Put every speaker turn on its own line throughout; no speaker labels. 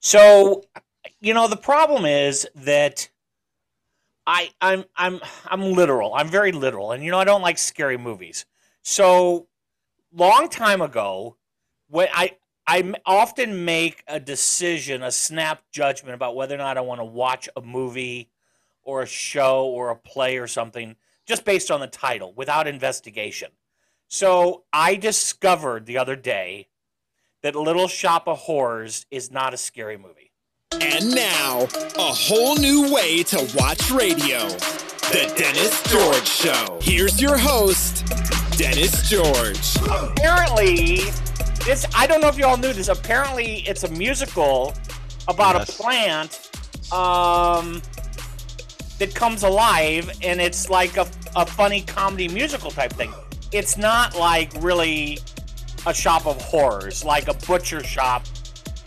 So, you know, the problem is that I I'm I'm I'm literal. I'm very literal, and you know I don't like scary movies. So, long time ago, when I I m- often make a decision, a snap judgment about whether or not I want to watch a movie or a show or a play or something just based on the title without investigation. So, I discovered the other day that Little Shop of Horrors is not a scary movie.
And now, a whole new way to watch radio. The Dennis George Show. Here's your host, Dennis George.
apparently this i don't know if you all knew this apparently it's a musical about
Yes.
a plant um that comes alive and it's like a, a funny comedy musical type thing it's not like really a shop of horrors like a butcher shop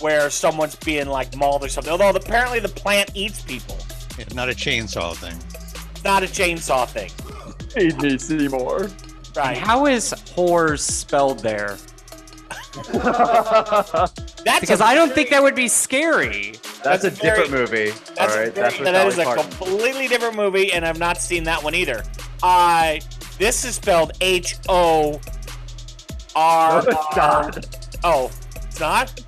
where someone's being like mauled or something although apparently the plant eats people
Yeah, not a chainsaw thing.
it's not a chainsaw thing
Feed me, Seymour.
right
How is whores spelled there?
that's
Because I don't think that would be scary.
That's
That's,
a
a different movie.
That's
all right,
very,
that's with
that
Dolly
is a
Parton.
completely different movie, and I've not seen that one either. I this is spelled H O R
No, it's
R.
not.
Oh, it's not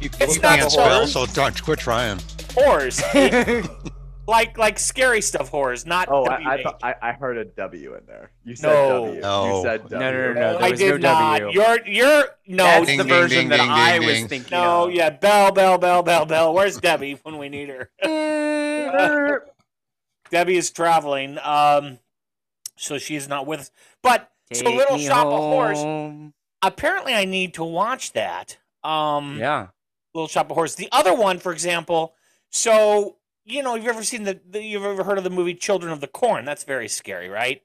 You,
It's
you
not
can't
horror.
spell, so don't quit trying.
horrors, like like scary stuff horrors, not.
oh, I, I,
WH.
thought- I, I heard a W in there. You said
No.
W.
No.
You said
No,
W.
no, no, no. There
I
was
did
no
not.
W.
You're you're no
That's
Ding,
the
ding,
version
ding,
that
ding,
I
ding,
was
ding.
thinking.
no
of.
yeah bell bell bell bell bell. Where's Debbie when we need her? Debbie is traveling, um, so she's not with us. But so
Take
Little
me
Shop of Horrors.
home.
apparently I need to watch that. Um,
Yeah.
Little Shop of Horrors. The other one, for example, so you know, you've ever seen the, the you've ever heard of the movie Children of the Corn? That's very scary, right?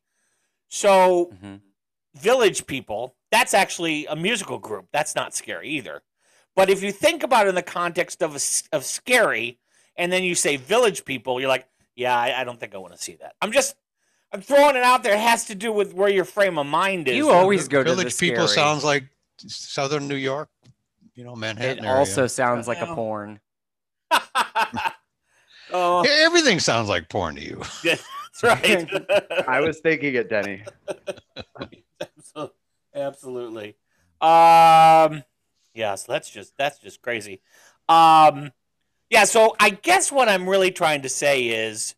So
Mhm.
Village People, that's actually a musical group. That's not scary either. But if you think about it in the context of a s of scary, and then you say Village People, you're like, yeah, I, I don't think I want to see that. I'm just I'm throwing it out there. It has to do with where your frame of mind is.
You always go to the
Village people
scary.
sounds like southern New York, you know, Manhattan.
It
area.
also sounds like a
Well.
porn.
oh,
Yeah, everything sounds like porn to you.
that's right.
I was thinking it, Denny.
Absol- Absolutely. Um yes, that's just that's just crazy. Um yeah, so I guess what I'm really trying to say is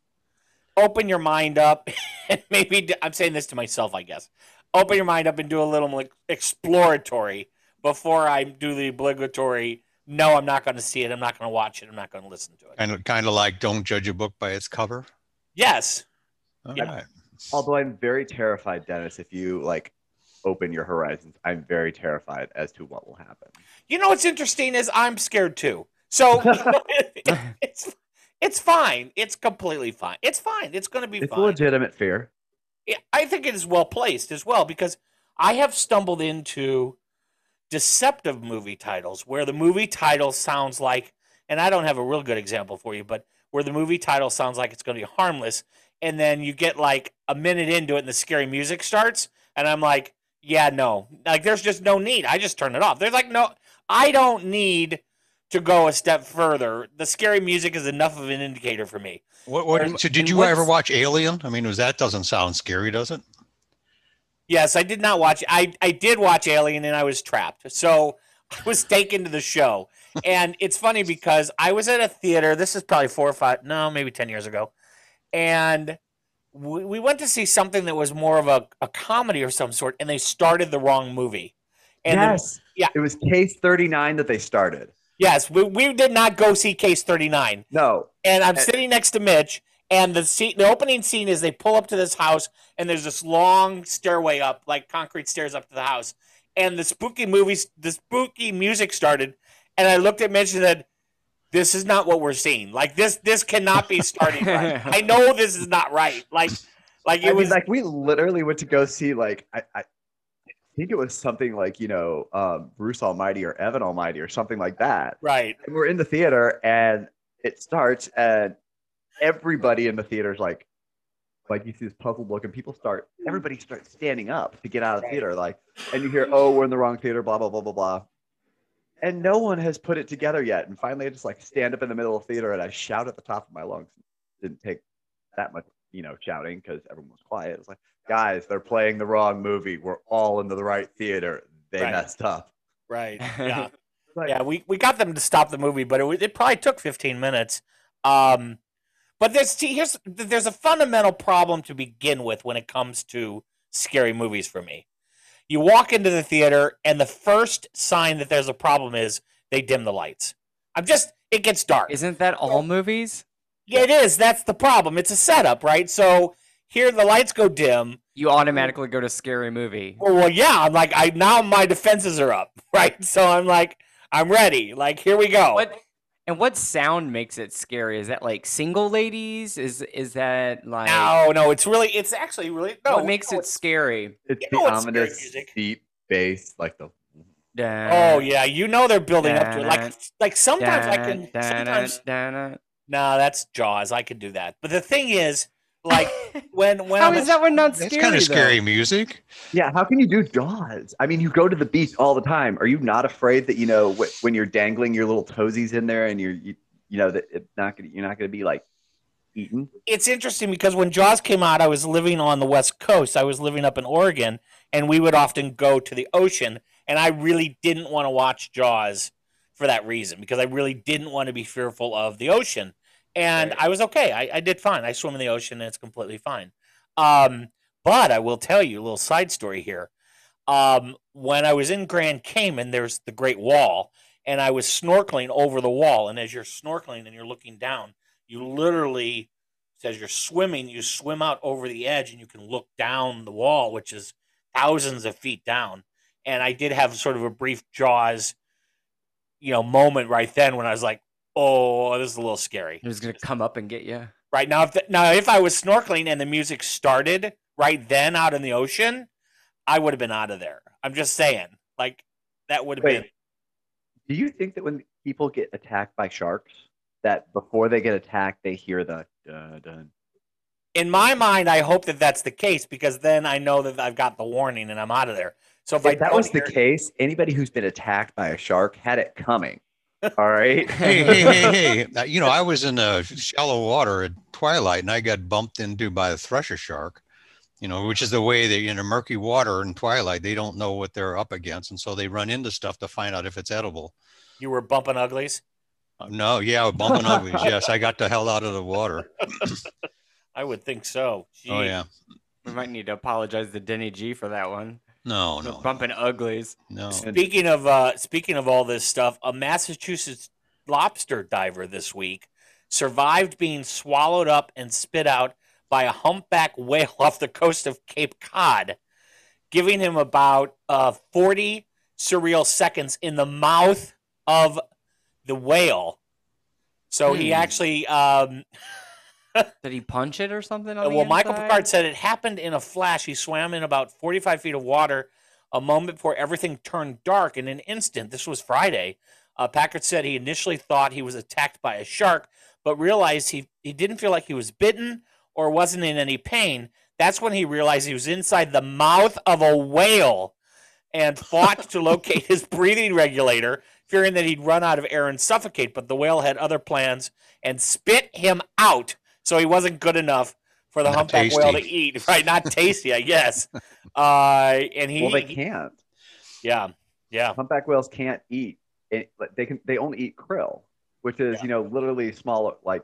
open your mind up and maybe d- I'm saying this to myself, I guess. Open your mind up and do a little like exploratory before I do the obligatory no, I'm not going to see it. I'm not going to watch it. I'm not going to listen to it.
Kind of, kind of like don't judge a book by its cover.
Yes.
All
Yeah.
right.
Although I'm very terrified, Dennis, if you like open your horizons, I'm very terrified as to what will happen.
You know what's interesting is I'm scared too. So you know, it- it- it's it's fine. It's completely fine. It's fine. It's going to be
It's a
fine.
legitimate fear.
Yeah, I think it is well placed as well because I have stumbled into deceptive movie titles where the movie title sounds like, and I don't have a real good example for you, but where the movie title sounds like it's going to be harmless, and then you get like a minute into it and the scary music starts, and I'm like, yeah, no, like there's just no need. I just turn it off. There's like no, I don't need to go a step further. The scary music is enough of an indicator for me.
What, what,
And-
so
and
did you
what's-
ever watch Alien? I mean, was that doesn't sound scary, does it?
Yes, I did not watch. I I did watch Alien, and I was trapped. So I was taken to the show, and it's funny because I was at a theater. This is probably four or five, no, maybe ten years ago, and we, we went to see something that was more of a, a comedy or some sort, and they started the wrong movie. And the- yeah.
It was case 39 that they started.
yes, we, we did not go see Case Thirty Nine.
No,
and I'm
And-
sitting next to Mitch. And the scene, the opening scene is they pull up to this house, and there's this long stairway up, like concrete stairs up to the house. And the spooky movies, the spooky music started, and I looked at Mitch and said, "This is not what we're seeing. Like this, this cannot be starting right. I know this is not right. Like, like
it
it
I
was
mean, like we literally went to go see like I, I think it was something like you know um, Bruce Almighty or Evan Almighty or something like that.
right.
And we're in the theater and it starts and everybody in the theater is like like you see this puzzled look and people start everybody starts standing up to get out of the theater like and you hear oh we're in the wrong theater blah blah blah blah blah and no one has put it together yet. And finally, I just like stand up in the middle of the theater and I shout at the top of my lungs. didn't take that much, you know, shouting because everyone was quiet. It was like, guys, they're playing the wrong movie. We're all in the right theater. They
Right.
messed up.
Right. Yeah.
Right.
yeah. We, we got them to stop the movie, but it, wa- it probably took 15 minutes. Um, but there's see, here's there's a fundamental problem to begin with when it comes to scary movies for me. You walk into the theater, and the first sign that there's a problem is they dim the lights. I'm just it gets dark.
Isn't that all movies?
Yeah, it is. That's the problem. It's a setup, right? So here the lights go dim.
You automatically go to scary movie.
Well, well, yeah. I'm like, I now my defenses are up, right? So I'm like, I'm ready. Like, here we go.
What? And what sound makes it scary? Is that like single ladies? Is is that like
No, no. It's really. It's actually really. No,
what makes
no,
it scary?
It's
You
the
know what's scary
ominous
music?
deep bass, like the
Oh yeah, you know they're building up to it. Like,
Dun,
like sometimes I can. Sometimes no, that's Jaws. I can do that. But the thing is, like when when
How
I'm
is that one not scary?
That's kind
though?
of scary music.
Yeah, how can you do Jaws? I mean, you go to the beach all the time. Are you not afraid that you know wh- when you're dangling your little toesies in there and you're you, you know that it's not gonna you're not gonna be like eaten?
it's interesting because when Jaws came out, I was living on the West Coast. I was living up in Oregon, and we would often go to the ocean. And I really didn't want to watch Jaws for that reason because I really didn't want to be fearful of the ocean. And I was okay. I, I did fine. I swim in the ocean, and it's completely fine. Um, but I will tell you a little side story here. Um, when I was in Grand Cayman, there's the Great Wall, and I was snorkeling over the wall. And as you're snorkeling and you're looking down, you literally says you're swimming, you swim out over the edge and you can look down the wall, which is thousands of feet down. And I did have sort of a brief jaws, you know, moment right then when I was like, "Oh, this is a little scary."
It was gonna come up and get you.
Right now, if the, now if I was snorkeling and the music started right then out in the ocean, I would have been out of there. I'm just saying, like that would have
Wait.
been.
Do you think that when people get attacked by sharks, that before they get attacked, they hear the dun dun?
In my mind, I hope that that's the case because then I know that I've got the warning and I'm out of there. So if, I
If that
don't
was the
hear-
case, anybody who's been attacked by a shark had it coming. All right.
Hey, hey, hey, hey! Now, You know, I was in uh shallow water at twilight, and I got bumped into by a thresher shark. You know, which is the way they in the murky water in twilight, they don't know what they're up against, and so they run into stuff to find out if it's edible.
you were bumping uglies.
Uh, No, yeah, bumping uglies. Yes, I got the hell out of the water.
I would think so.
Oh
Gee.
yeah,
We might need to apologize to Denny G for that one.
no,
For
no,
Bumping uglies.
no.
Speaking of uh, speaking of all this stuff, a Massachusetts lobster diver this week survived being swallowed up and spit out by a humpback whale off the coast of Cape Cod, giving him about uh, 40 surreal seconds in the mouth of the whale. So he
Hmm.
actually um,
Did he punch it or something? On
Uh,
the
well, Michael
inside?
Picard said it happened in a flash. He swam in about 45 feet of water a moment before everything turned dark in an instant. This was Friday. Uh, Packard said he initially thought he was attacked by a shark, but realized he, he didn't feel like he was bitten or wasn't in any pain. That's when he realized he was inside the mouth of a whale and fought to locate his breathing regulator, fearing that he'd run out of air and suffocate. But the whale had other plans and spit him out, so he wasn't good enough for the
Not
humpback whale to
tasty.
eat. Right? Not tasty, I guess. Uh, and he,
Well, they can't.
yeah, yeah,
Humpback whales can't eat. It, like, they can. They only eat krill, which is
Yeah.
you know literally smaller, like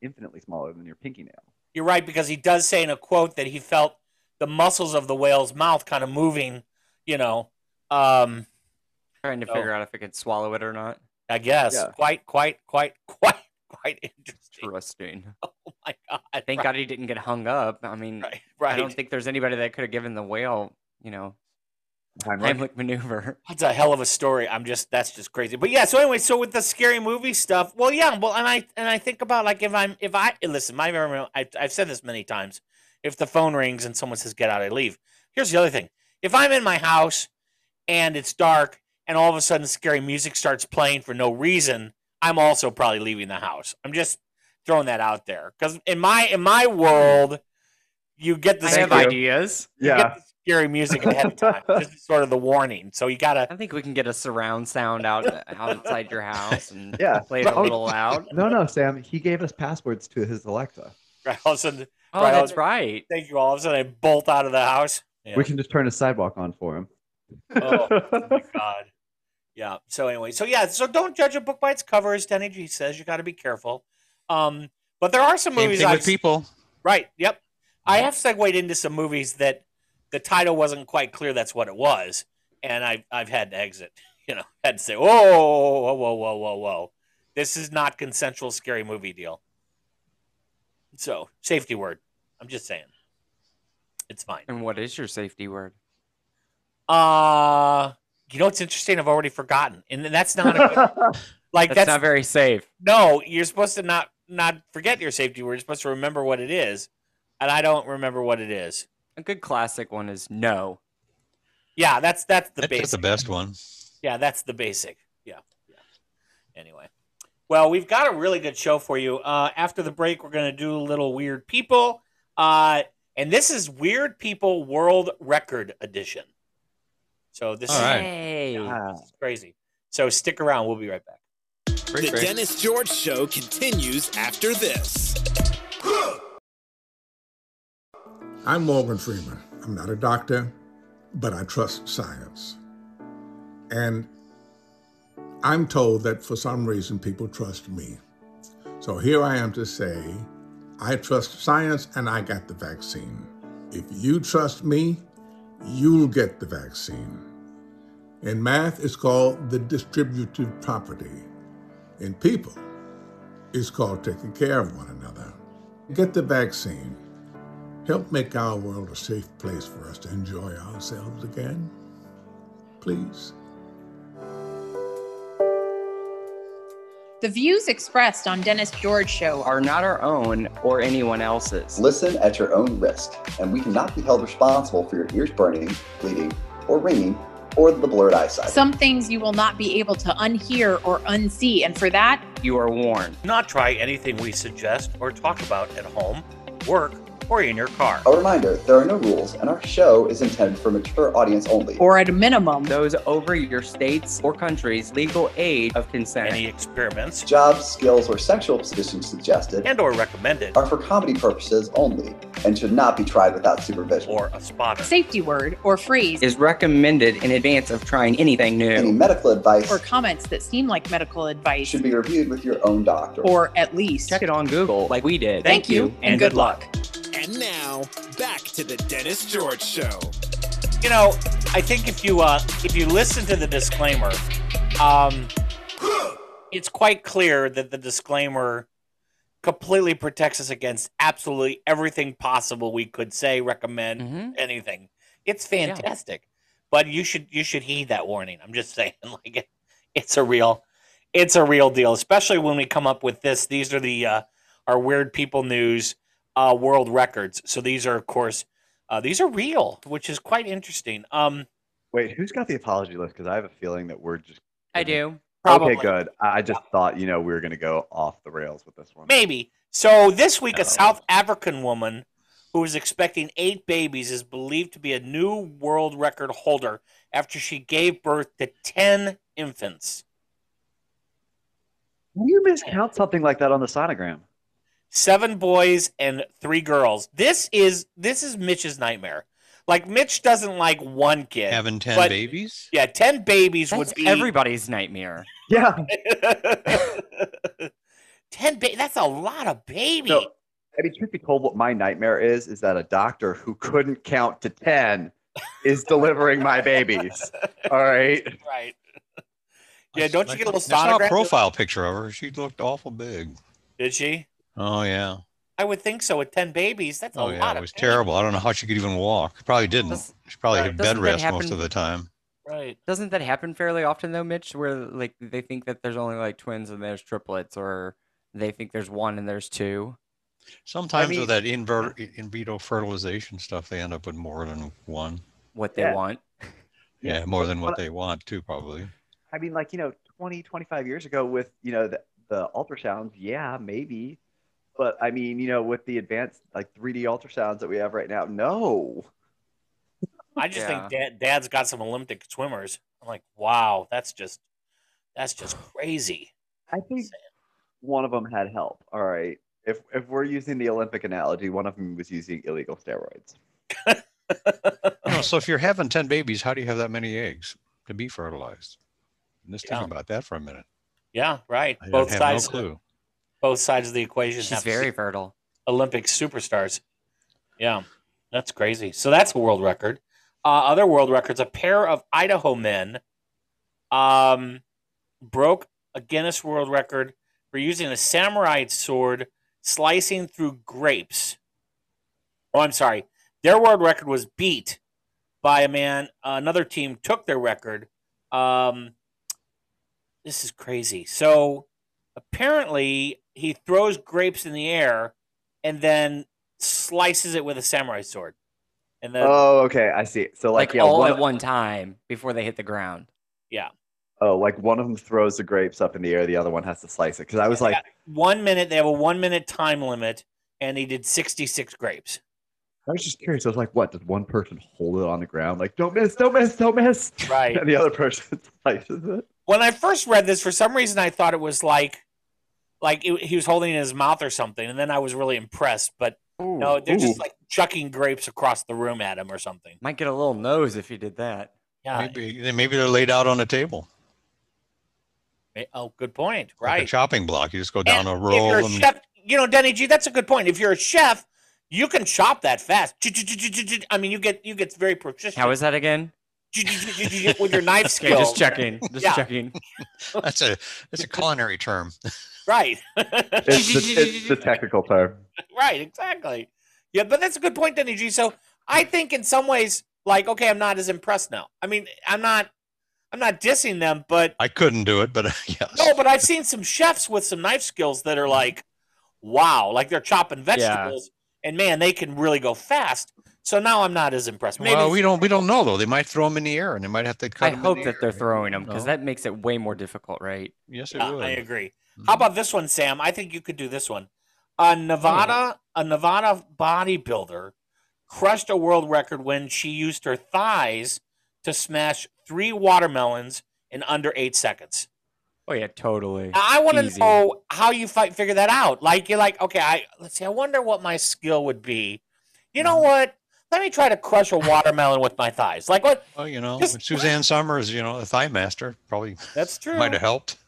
infinitely smaller than your pinky nail.
you're right because he does say in a quote that he felt the muscles of the whale's mouth kind of moving. You know, um,
trying to
No.
figure out if it could swallow it or not.
I guess
Yeah.
quite, quite, quite, quite, quite interesting.
Interesting.
Oh my God!
Thank
right,
God he didn't get hung up. I mean,
Right, right.
I don't think there's anybody that could have given the whale, you know, Heimlich maneuver.
That's a hell of a story. I'm just that's just crazy. But yeah, so anyway, so with the scary movie stuff, well, yeah, well, and I and I think about like if I'm if I and listen, my memory, I've, I've said this many times. If the phone rings and someone says get out, I leave. Here's the other thing: if I'm in my house and it's dark and all of a sudden scary music starts playing for no reason, I'm also probably leaving the house. I'm just throwing that out there because in my in my world, you get the
I have
scary-
ideas.
you get
Yeah.
the scary music ahead of time. this is sort of the warning. So you gotta
I think we can get a surround sound out uh, outside your house and
Yeah.
play it a
Oh,
little loud.
No, no, Sam. He gave us passwords to his Alexa.
all of a sudden
Oh,
Right,
that's
I'll-
right.
thank you all of a sudden I bolt out of the house. Yeah.
We can just turn his sidewalk on for him.
oh, oh my god. Yeah. So anyway, so yeah, so don't judge a book by its cover, as Denny G says. You got to be careful. Um, but there are some
Same
movies
thing
I've
with people.
Right. Yep. I have segued into some movies that the title wasn't quite clear. That's what it was, and I've I've had to exit. You know, had to say, whoa, whoa, whoa, whoa, whoa, whoa. This is not consensual scary movie deal. So safety word. I'm just saying, it's fine.
And what is your safety word?
Uh you know what's interesting? I've already forgotten, and that's not a good, like
That's,
that's,
not very safe.
no. You're supposed to not not forget your safety word. You're supposed to remember what it is, and I don't remember what it is.
A good classic one is no.
Yeah, that's that's the
That's
basic.
the best one.
yeah, that's the basic. Yeah, yeah. Anyway, well, we've got a really good show for you. Uh, after the break, we're going to do a little weird people, uh, and this is Weird People World Record Edition. So this
All
is
right.
Hey.
Ah.
crazy. So stick around. We'll be right back.
Great,
the
great.
Dennis George Show continues after this.
I'm Morgan Freeman. I'm not a doctor, but I trust science. And I'm told that for some reason people trust me. So here I am to say I trust science and I got the vaccine. If you trust me, you'll get the vaccine. In math, it's called the distributive property. In people, it's called taking care of one another. Get the vaccine. Help make our world a safe place for us to enjoy ourselves again. Please.
The views expressed on Dennis George Show are
Are not our own or anyone else's.
Listen at your own risk, and we cannot be held responsible for your ears burning, bleeding, or ringing, or the blurred eyesight.
some things you will not be able to unhear or unsee, and for that,
You are warned.
Do Not try anything we suggest or talk about at home, work, or in your car.
a reminder there are no rules, and our show is intended for mature audience only.
or at a minimum,
Those over your state's or country's legal age of consent.
Any experiments
Jobs, skills, or sexual positions suggested
and/or recommended
are for comedy purposes only and should not be tried without supervision.
or a spotter.
safety word or phrase,
is recommended in advance of trying anything
Any
new.
medical advice
or comments that seem like medical advice,
should be reviewed with your own doctor.
or at least.
Check it on Google like we did.
Thank you, and good
And now, back to the Dennis George Show.
you know, I think if you uh, if you listen to the disclaimer, um, it's quite clear that the disclaimer completely protects us against absolutely everything possible we could say, recommend,
Mhm.
anything. It's fantastic, but you should you should heed that warning. I'm just saying, like it, it's a real, it's a real deal. Especially when we come up with this. These are the uh, our weird people news uh, world records. So these are of course uh, these are real, which is quite interesting. Um,
Wait, who's got the apology list? Because I have a feeling that we're just.
I do.
probably
Okay, good. I I just thought you know we were gonna go off the rails with this one.
Maybe. So this week,
No.
a South African woman who was expecting eight babies is believed to be a new world record holder after she gave birth to 10 infants.
How do you miscount something like that on the sonogram?
Seven boys and three girls. This is this is Mitch's nightmare. Like Mitch doesn't like one kid.
Having 10
But-
babies?
yeah, 10 babies
That's
would be
everybody's nightmare.
Yeah.
10 ba- that's a lot of babies.
So, I mean, truth be told, what my nightmare is is that a doctor who couldn't count to ten is delivering my babies. All right.
right. Yeah, don't you get a little
I saw a
sonograph?
profile picture of her. She looked awful big.
Did she?
Oh, yeah.
I would think so. With ten babies, that's
Oh,
a
yeah.
lot.
It
of
was
babies.
terrible. I don't know how she could even walk. Probably didn't.
Does-
She probably
Right.
had bed
Doesn't that
rest
happen-
most of the time.
Right.
Doesn't that happen fairly often though, Mitch? Where like they think that there's only like twins and there's triplets, or they think there's one and there's two.
Sometimes
mean-
with that
uh
inver- in vitro fertilization stuff, they end up with more than one.
What they
Yeah.
want.
Yeah, more than what
But-
they want, too, probably.
I mean, like, you know, 20, 25 years ago with, you know, the, the ultrasounds, yeah, maybe. But I mean, you know, with the advanced like 3D ultrasounds that we have right now, no.
I just
Yeah.
think dad, dad's got some Olympic swimmers. I'm like, wow, that's just that's just crazy.
I think one of them had help. All right. If if we're using the Olympic analogy, one of them was using illegal steroids.
No, so if you're having 10 babies, how do you have that many eggs to be fertilized? And just
Yeah.
think about that for a minute.
Yeah, right.
I
both
have
sides,
no clue.
both sides of the equation.
She's
have
very fertile.
Olympic superstars. Yeah, that's crazy. So that's a world record. Uh, other world records: a pair of Idaho men um, broke a Guinness World Record for using a samurai sword slicing through grapes. Oh, I'm sorry. Their world record was beat by a man. Another team took their record. Um, this is crazy. So apparently, he throws grapes in the air and then slices it with a samurai sword. And then,
oh, okay. I see. So like,
Like,
yeah,
all
one
at
of-
one time before they hit the ground.
oh, like one of them throws the grapes up in the air, the other one has to slice it. Because I was like,
one minute they have a one minute time limit, and he did sixty six grapes.
I was just curious. I was like, what? Did one person hold it on the ground? Like, don't miss, don't miss, don't miss.
Right.
And the other person slices it.
when I first read this, for some reason, I thought it was like, like it, he was holding it in his mouth or something, and then I was really impressed. But no, they're just
ooh.
like chucking grapes across the room at him or something.
Might get a little nose if you did that.
Yeah.
Maybe, then maybe they're laid out on a table,
eh, Oh, good point.
like a
Right.
chopping block. You just go down a
And if
roll
you're a
and
chef, you know, Denny G, that's a good point. If you're a chef, you can chop that fast. Ch-ch-ch-ch-ch-ch. I mean, you get you get very proficient
How is that again?
Ch-ch-ch-ch-ch-ch with your knife
Okay,
skill.
just checking. Just
Yeah.
checking.
that's a that's a culinary term.
Right.
It's the, it's the technical term.
Right, exactly. Yeah, but that's a good point, Denny G. So I think in some ways, like, okay, I'm not as impressed now. I mean, I'm not, I'm not dissing them, but
I couldn't do it, but yes.
no, but I've seen some chefs with some knife skills that are like, wow, like they're chopping vegetables, and man, they can really go fast. So now I'm not as impressed. Maybe
well, we don't we don't know though. They might throw them in the air, and they might have to cut.
I
'em in
hope
the
that
air.
they're throwing them because
No.
that makes it way more difficult, right?
Yes, it
Yeah,
would.
Uh,
Mm-hmm.
I agree. How about this one, Sam? I think you could do this one. A Nevada,
Oh.
a Nevada bodybuilder crushed a world record when she used her thighs to smash three watermelons in under eight seconds.
Oh yeah, totally.
Now, I want to
Easy.
know how you fight, figure that out. Like you're like, okay, I let's see. I wonder what my skill would be. You know
Mm-hmm.
what? Let me try to crush a watermelon with my thighs. Like what?
Well, you know,
Just-
Suzanne Summers, you know, a thigh master probably
That's true.
might have helped.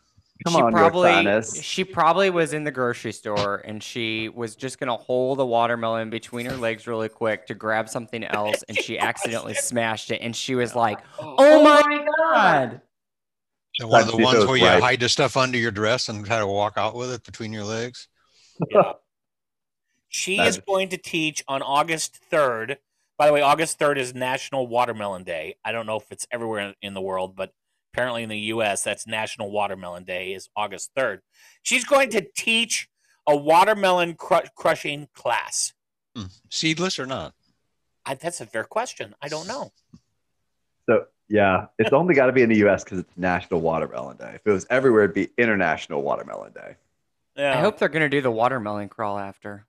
Come
she
on,
probably
Yorktanis.
she probably was in the grocery store and she was just gonna hold a watermelon between her legs really quick to grab something else and she accidentally smashed it and she was like, "Oh my god!"
So one of the
Sometimes
ones
those
where you
right.
hide the stuff under your dress and try to walk out with it between your legs.
Yeah. She is
Magic.
going to teach on August 3rd. By the way, August 3rd is National Watermelon Day. I don't know if it's everywhere in, in the world, but apparently in the US, that's National Watermelon Day is August 3rd. She's going to teach a watermelon cru- crushing class.
Seedless or not?
I, that's a fair question. I don't know.
So yeah, it's only got to be in the U.S. because it's National Watermelon Day. If it was everywhere, it'd be International Watermelon Day.
Yeah.
I hope they're gonna do the watermelon crawl after.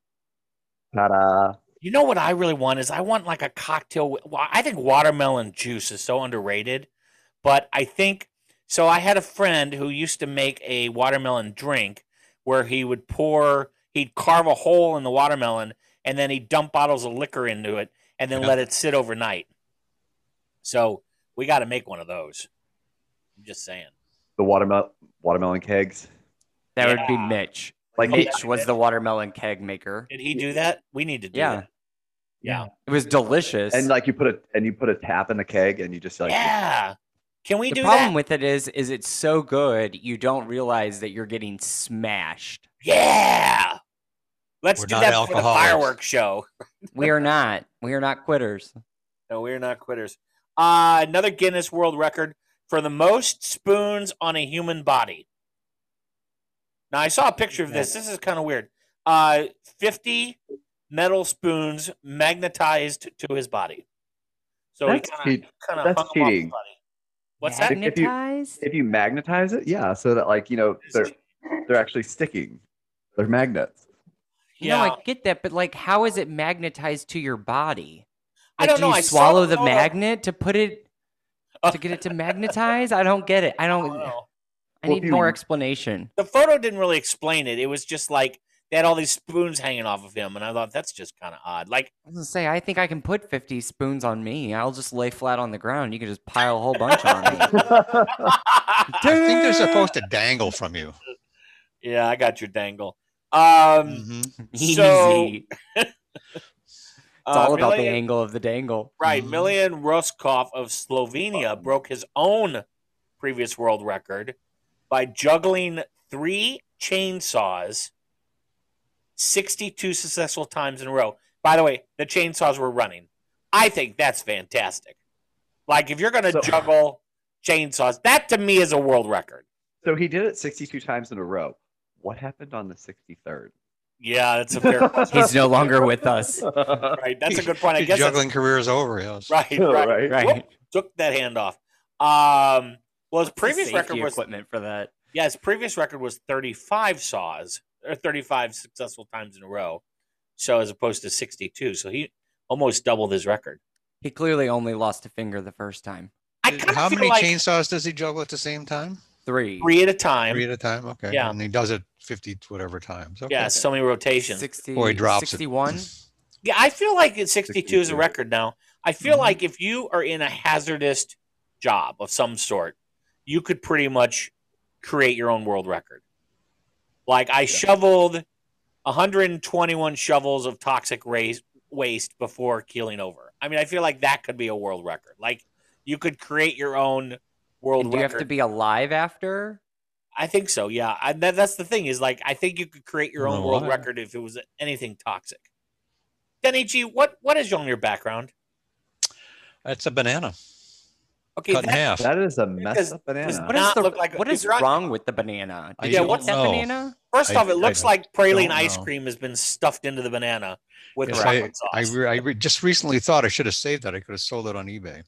Ta-da!
You know what I really want is I want like a cocktail. With, well, I think watermelon juice is so underrated, but I think so. I had a friend who used to make a watermelon drink where he would pour, he'd carve a hole in the watermelon and then he'd dump bottles of liquor into it and then
Yeah.
let it sit overnight. So we got to make one of those. I'm just saying.
The watermelon watermelon kegs.
That would be
Yeah.
Mitch.
Like
Oh,
Mitch was the watermelon keg maker.
Did he do that? We need to do
Yeah.
that. Yeah.
It was delicious.
and like you put a and you put a tap in the keg and you just like
Yeah. Can we
the
do
problem
that?
with it is, is it's so good you don't realize that you're getting smashed.
Yeah. Let's
We're
do
not
that for the
alcoholics.
fireworks show.
We are not. We are not quitters.
No, we're not quitters. Uh, another Guinness World Record for the most spoons on a human body. Now, I saw a picture of this. This is kind of weird. Uh, 50 metal spoons magnetized to his body. So
That's
he
cheat-
kind of
that's
hung 'em off his
cheating.
body. What's that?
If you-
Magnetized?
if you magnetize it, yeah, so that like you know they're they're actually sticking. They're magnets.
No, I get that, but like, how is it magnetized to your body?
I don't
do
know.
You
I saw
swallow
the
the
photo.
magnet to put it to get it to magnetize. I don't get it. I
I
don't.
don't know.
I
Well,
need
if
more
you-
explanation.
The photo didn't really explain it. It was just like they had all these spoons hanging off of him, and I thought that's just kind of odd. Like,
I was gonna say, I think I can put 50 spoons on me. I'll just lay flat on the ground. You can just pile a whole bunch on me.
I think they're supposed to dangle from you.
yeah, I got your dangle. Um,
Mhm.
So,
Easy. It's
uh,
all about the
Millian-
angle of the dangle.
Right.
Mhm.
Milian Roskov of Slovenia broke his own previous world record by juggling three chainsaws 62 successful times in a row. By the way, the chainsaws were running. I think that's fantastic. Like, if you're going to
So-
juggle chainsaws, that to me is a world record.
So he did it 62 times in a row. What happened on the 63rd?
Yeah, that's a fair
He's no longer with us.
right. That's a good point. I
Your
guess that's-
juggling career is over. Yes.
right, right,
Oh, right.
Right.
Whoop, took that hand off. Um, well, his previous
Safety
record was
equipment for that.
Yeah, his previous record was 35 saws or 35 successful times in a row. So as opposed to 62. So he almost doubled his record.
He clearly only lost a finger the first time.
I kind
How
of feel
many
like
chainsaws does he juggle at the same time?
Three.
three at a time.
Three at a time. Okay.
Yeah.
And he does it 50 whatever times. Okay.
Yeah, so many rotations.
60,
Boy, he drops it.
61.
Yeah, I feel like it's 62, is a
62.
record now. I feel
Mm-hmm.
like if you are in a hazardous job of some sort, you could pretty much create your own world record. Like I shoveled 121 shovels of toxic waste waste before keeling over. I mean, I feel like that could be a world record. Like you could create your own world
And do you
record.
have to be alive after?
I think so. Yeah, I, that, that's the thing is like I think you could create your own
Well,
world
I-
record if it was anything toxic. Denichi, what what is on your background?
That's a banana
Okay,
cut in
that-
half.
That is a mess
does-
of
does
banana.
What is
not
the
look like a-
what
if
is
you're on-
wrong with the banana?
I
Did you
don't
what's that
know.
banana?
first
I-
off, it looks
I
like praline
don't
ice
know.
cream has been stuffed into the banana with
Yes, I,
chocolate
I,
sauce.
re- I re- just recently thought I should have saved that. I could have sold it on eBay.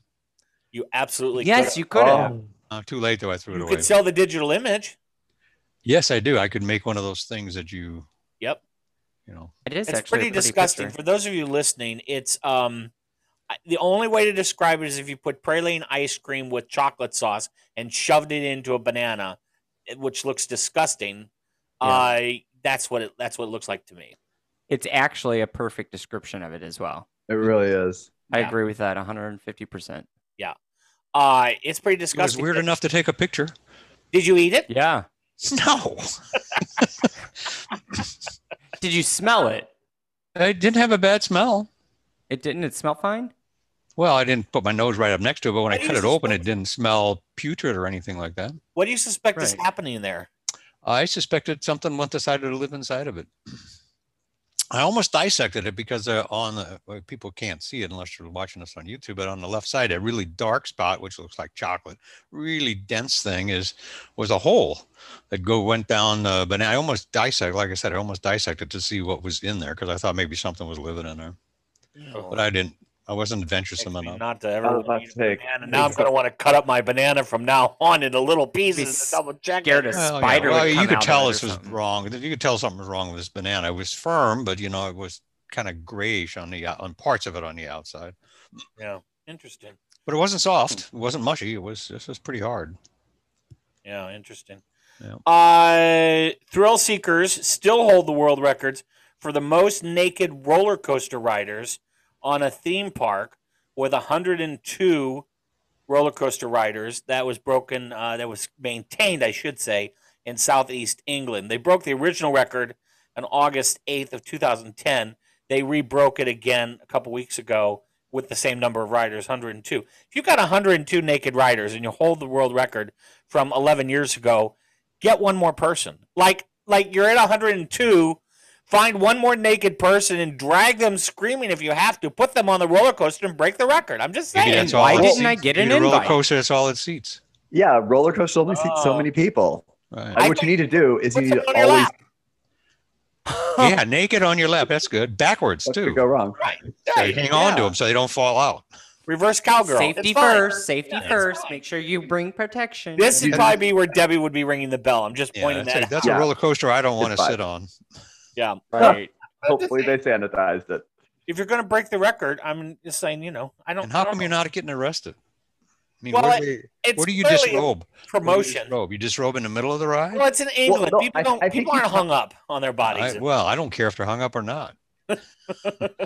you absolutely
Yes,
could.
you could have.
Uh, too late though. I threw
You
it away.
could sell the digital image.
yes, I do. I could make one of those things that you,
Yep,
you know,
It is
it's,
actually a
pretty, disgusting.
picture.
For those of you listening, it's um, I- the only way to describe it is if you put praline ice cream with chocolate sauce and shoved it into a banana, it- which looks disgusting.
Yeah.
Uh, that's what it that's what it looks like to me.
It's actually a perfect description of it as well.
It really is.
I
Yeah.
agree with that 150%.
Uh, it's pretty
it was
disgusting.
weird enough to take a picture.
Did you eat it?
Yeah.
No,
Did you smell it?
I didn't have a bad smell.
It didn't. It smell fine.
Well, I didn't put my nose right up next to it, but when I,
I
cut
used
it
to
open,
smoke-
it didn't smell putrid or anything like that.
What do you suspect is
Right.
happening there?
I suspected something once decided to live inside of it. I almost dissected it because uh, on the well, people can't see it unless you're watching us on YouTube, but on the left side, a really dark spot, which looks like chocolate, really dense thing is was a hole that go went down. Uh, but I almost dissected, like I said, I almost dissected to see what was in there because I thought maybe something was living in there, but I didn't. I wasn't adventuresome
Makes me
enough.
Not to
I
ever
was about
eat
to
a
take-
banana. Now I'm going to want to cut up my banana from now on into little pieces to double check.
scared
it.
as- spider would
you
come
could
out of
tell
it or
this was
something.
wrong. You could tell something was wrong with this banana. It was firm, but you know, it was kind of grayish on the out- on parts of it on the outside.
Yeah, interesting.
But it wasn't soft. It wasn't mushy. It was this was pretty hard.
Yeah, interesting.
Yeah.
Uh, thrill seekers still hold the world records for the most naked roller coaster riders on a theme park with 102 roller coaster riders that was broken uh, that was maintained i should say in southeast england they broke the original record on august 8th of 2010 they rebroke it again a couple weeks ago with the same number of riders 102 if you've got 102 naked riders and you hold the world record from 11 years ago get one more person like like you're at 102 find one more naked person and drag them screaming if you have to put them on the roller coaster and break the record i'm just
Maybe
saying
that's all
why
it
didn't I
seats.
get
Maybe
an
the roller
invite?
coaster? That's all it seats.
Yeah, roller coaster only seats so
Oh.
many people.
Right.
And
I
what you need to do is you
Put
need
them
to
on your
always
lap.
yeah, naked on your lap. That's good. Backwards
what
too.
could go wrong.
So
There
you
you
hang
go.
on to them so they don't fall out.
Reverse cowgirl.
Safety
It's fine.
first. Safety
Yeah, it's
first.
fine.
Make sure you bring protection.
This would
Yeah.
probably be where Debbie would be ringing the bell. I'm just
Yeah,
pointing
that's, a,
that out.
that's a
out.
roller coaster I don't
Good
want to
vibe.
sit on.
Yeah.
right.
Hopefully they sanitized it.
if you're going to break the record, I'm just saying, you know, I don't.
And how
I don't
come
know.
you're not getting arrested? I mean,
Well,
what,
it-
do you,
It's
what do you
clearly a
disrobe?
Promotion.
What do you disrobe? You disrobe in the middle of the ride?
Well, it's in England.
no,
people
I-
don't.
I think
people
you
aren't hung up on their bodies.
I, well, I don't care if they're hung up or not.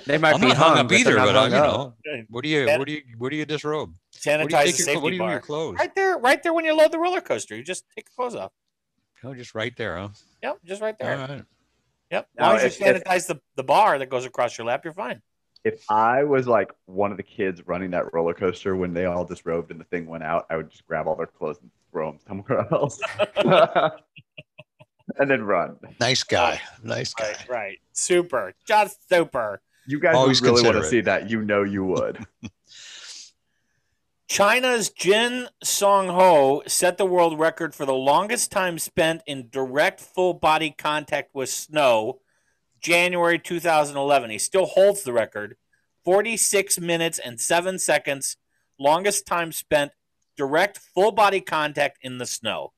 They might
I'm
be
not hung up
but
either,
they're not
but I,
hung
you
up.
know,
Okay.
what do you,
That-
what do you, what do you disrobe? What do you
Sanitize the
take your,
safety
clo- what do you do with your
bar.
clothes?
Right there, right there when you load the roller coaster, you just take your clothes off.
Oh, just right there, huh?
Yep, just right
All
there.
right.
Yep. As
Now,
long as
if-
you
if-
sanitize the, the bar that goes across your lap, you're fine.
If I was like one of the kids running that roller coaster when they all disrobed and the thing went out, I would just grab all their clothes and throw them somewhere else, and then run.
Nice guy. Nice guy.
Right, right. Super. Just super.
You guys
Always
would really want to
considerate.
see that. You know you would.
China's Jin Song Ho set the world record for the longest time spent in direct full body contact with snow, January 2011. He still holds the record 46 minutes and 7 seconds, longest time spent direct full body contact in the snow.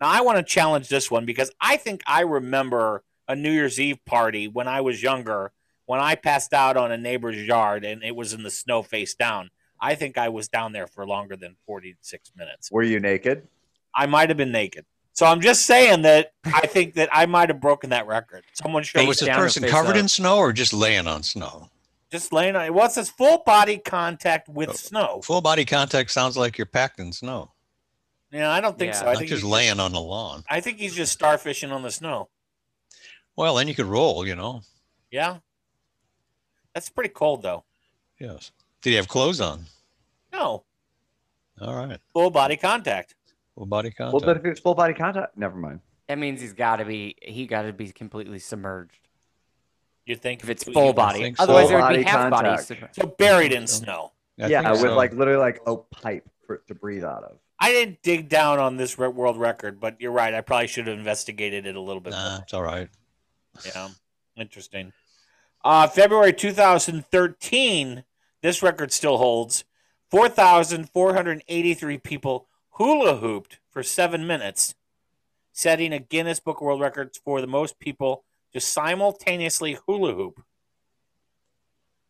Now, I want to challenge this one because I think I remember a New Year's Eve party when I was younger when I passed out on a neighbor's yard and it was in the snow face down. I think I was down there for longer than 46 minutes.
Were you naked?
I might have been naked. So I'm just saying that I think that I might have broken that record. Someone
So
should
was this
down or
person
face
covered
up?
in snow or just laying on snow?
just laying on it. Well, it says full body contact with
Oh.
snow.
Full body contact sounds like you're packed in snow,
Yeah, I don't think
Yeah.
so. I
not
think
just
he's,
laying on the lawn.
I think he's just starfishing on the snow.
Well, then you could roll, you know.
Yeah. That's pretty cold though.
Yes. Did he have clothes on?
No.
All right.
Full body contact.
Full body contact.
Well, but if it's full body contact, never mind.
That means he's got to be. He got to be completely submerged
You think
if it's full body.
think so.
Otherwise, it would
Full
be
body
half body.
contact.
submerged.
So buried in snow.
I
yeah,
think
with
so.
like literally like a pipe for it to breathe out of.
I didn't dig down on this re- world record, but you're right. I probably should have investigated it a little bit.
Nah,
more.
it's all right.
Yeah, interesting. Uh, February 2013, this record still holds 4,483 people hula hooped for seven minutes, setting a Guinness Book of World Records for the most people to simultaneously hula hoop.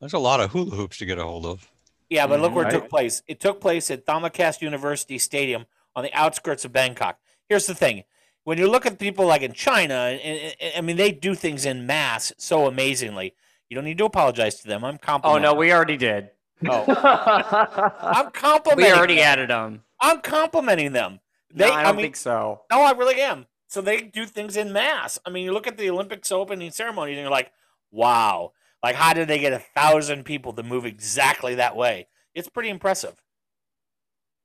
There's a lot of hula hoops to get a hold of.
Yeah, but look where it
Right.
took place. It took place at Thammasat University Stadium on the outskirts of Bangkok. Here's the thing: when you look at people like in China, and, and- I mean, they do things in mass so amazingly. You don't need to apologize to them. I'm
Oh
complimenting.
no, we already did.
Oh, I'm
Oh, We
complimenting.
already added them.
I'm complimenting them. They,
no, I don't
mean,
think so.
no, I really am. So they do things in mass. I mean, you look at the Olympics opening ceremonies, and you're like, wow, like how did they get a thousand people to move exactly that way? It's pretty impressive.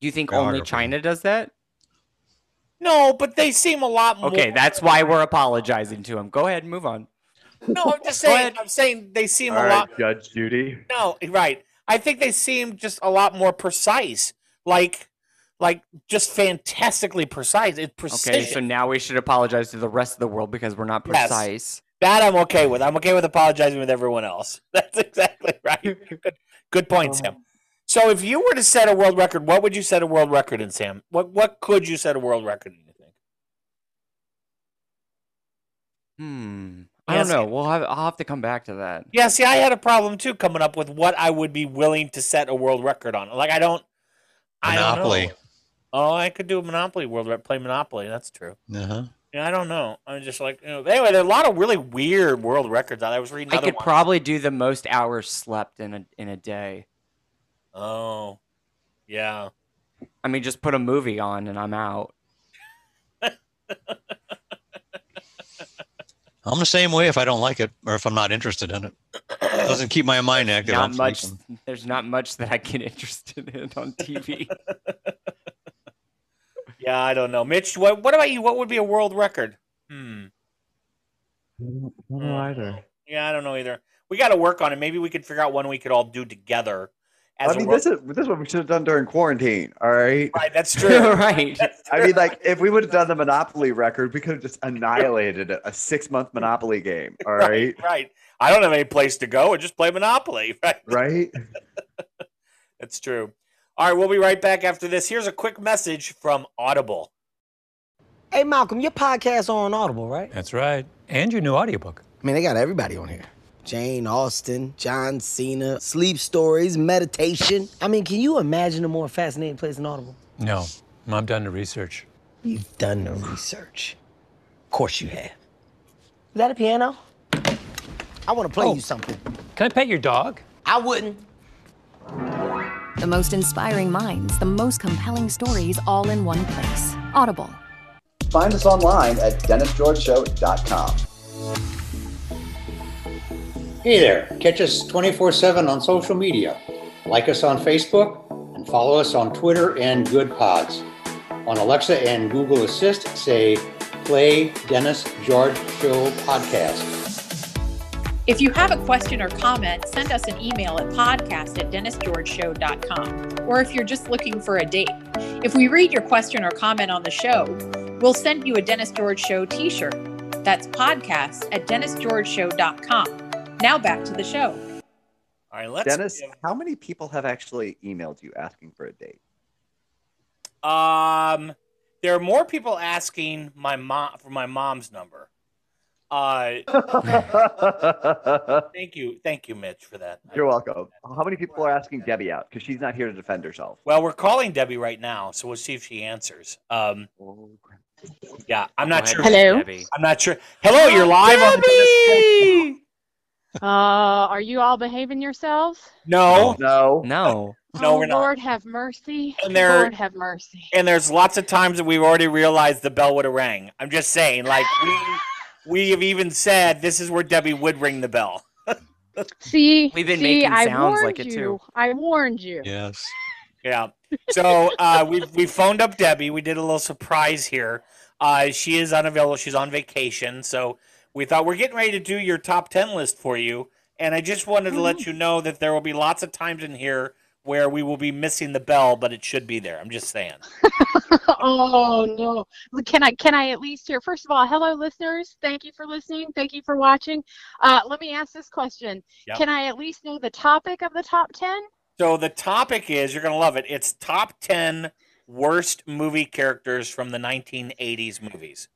You think
They are
only
different.
China does that?
No, but they seem a lot more.
Okay, that's why we're apologizing to him. Go ahead and move on.
No, I'm just
Go
saying.
ahead.
I'm saying they seem
All
a lot.
right, Judge Judy.
No, right. I think they seem just a lot more precise. Like, like just fantastically precise. It's precision.
Okay, so now we should apologize to the rest of the world because we're not
Yes.
precise.
that I'm okay with. I'm okay with apologizing with everyone else. That's exactly right. Good, good point, Sam. So if you were to set a world record, what would you set a world record in, Sam? What what could you set a world record in? You think?
Hmm. I
Yes.
don't know. We'll have. I'll have to come back to that.
Yeah, see, I had a problem too coming up with what I would be willing to set a world record on. Like, I don't. I don't know.
Monopoly.
Oh, I could do a Monopoly world record, play Monopoly. That's true.
Uh-huh.
Yeah, I don't know. I'm just like, you know, anyway, there are a lot of really weird world records out. there. I was reading.
I
Another
could
one.
probably do the most hours slept in a in a day.
oh, yeah.
I mean, just put a movie on and I'm out.
I'm the same way if I don't like it or if I'm not interested in it. Doesn't keep my mind active.
not
I'm
much.
sleeping.
There's not much that I get interested in on TV.
Yeah, I don't know, Mitch. What what about you? What would be a world record? Hmm. know
either.
Yeah, I don't know either. We got to work on it. Maybe we could figure out one we could all do together. As
I mean,
a world-
this is this is what we should have done during quarantine. All right.
right. That's true.
right.
I mean, like if we would have done the Monopoly record, we could have just annihilated a six month Monopoly game. All right.
right. I don't have any place to go. I just play Monopoly. Right.
Right.
That's true. All right, we'll be right back after this. Here's a quick message from Audible.
Hey, Malcolm, your podcasts are on Audible, right?
That's right. And your new audiobook.
I mean, they got everybody on here. Jane Austen, John Cena, sleep stories, meditation. I mean, can you imagine a more fascinating place than Audible?
No, I've done the research.
You've done the research. Of course you have. Is that a piano? I want to play
Oh.
you something.
Can I pet your dog?
I wouldn't.
The most inspiring minds, the most compelling stories, all in one place. Audible.
Find us online at DennisGeorgeShow.com.
Hey there, catch us 24 7 on social media. Like us on Facebook and follow us on Twitter and Good Pods. On Alexa and Google Assist, say, play Dennis George Show Podcast.
If you have a question or comment, send us an email at podcast at dennisgeorgeshow.com or if you're just looking for a date. If we read your question or comment on the show, we'll send you a Dennis George Show t shirt. That's podcast at dennisgeorgeshow.com. Now back to the show.
All right, let's.
Dennis, how many people have actually emailed you asking for a date?
Um, there are more people asking my mom for my mom's number. Uh, thank you, thank you, Mitch, for that.
You're welcome. How many people are asking Debbie out because she's not here to defend herself?
Well, we're calling Debbie right now, so we'll see if she answers. Um, yeah, I'm not sure.
Hello?
I'm not sure. Hello, you're live on.
Debbie! Uh, are you all behaving yourselves?
No,
no,
no,
no,
oh,
we're not.
Lord have mercy.
And there-
Lord have mercy.
And there's lots of times that we've already realized the bell would have rang. I'm just saying, like we we have even said this is where Debbie would ring the bell.
See,
We've been
see,
making
I
sounds
warned
like it,
you.
too.
I warned you.
Yes.
Yeah. So uh, we we phoned up Debbie. We did a little surprise here. Uh, she is unavailable. She's on vacation. So we thought we're getting ready to do your top ten list for you. And I just wanted to let you know that there will be lots of times in here where we will be missing the bell, but it should be there. I'm just saying.
oh no. Can I can I at least hear first of all, hello listeners. Thank you for listening. Thank you for watching. Uh, let me ask this question.
Yeah.
Can I at least know the topic of the top ten?
So the topic is you're gonna love it. It's top ten worst movie characters from the 1980s movies.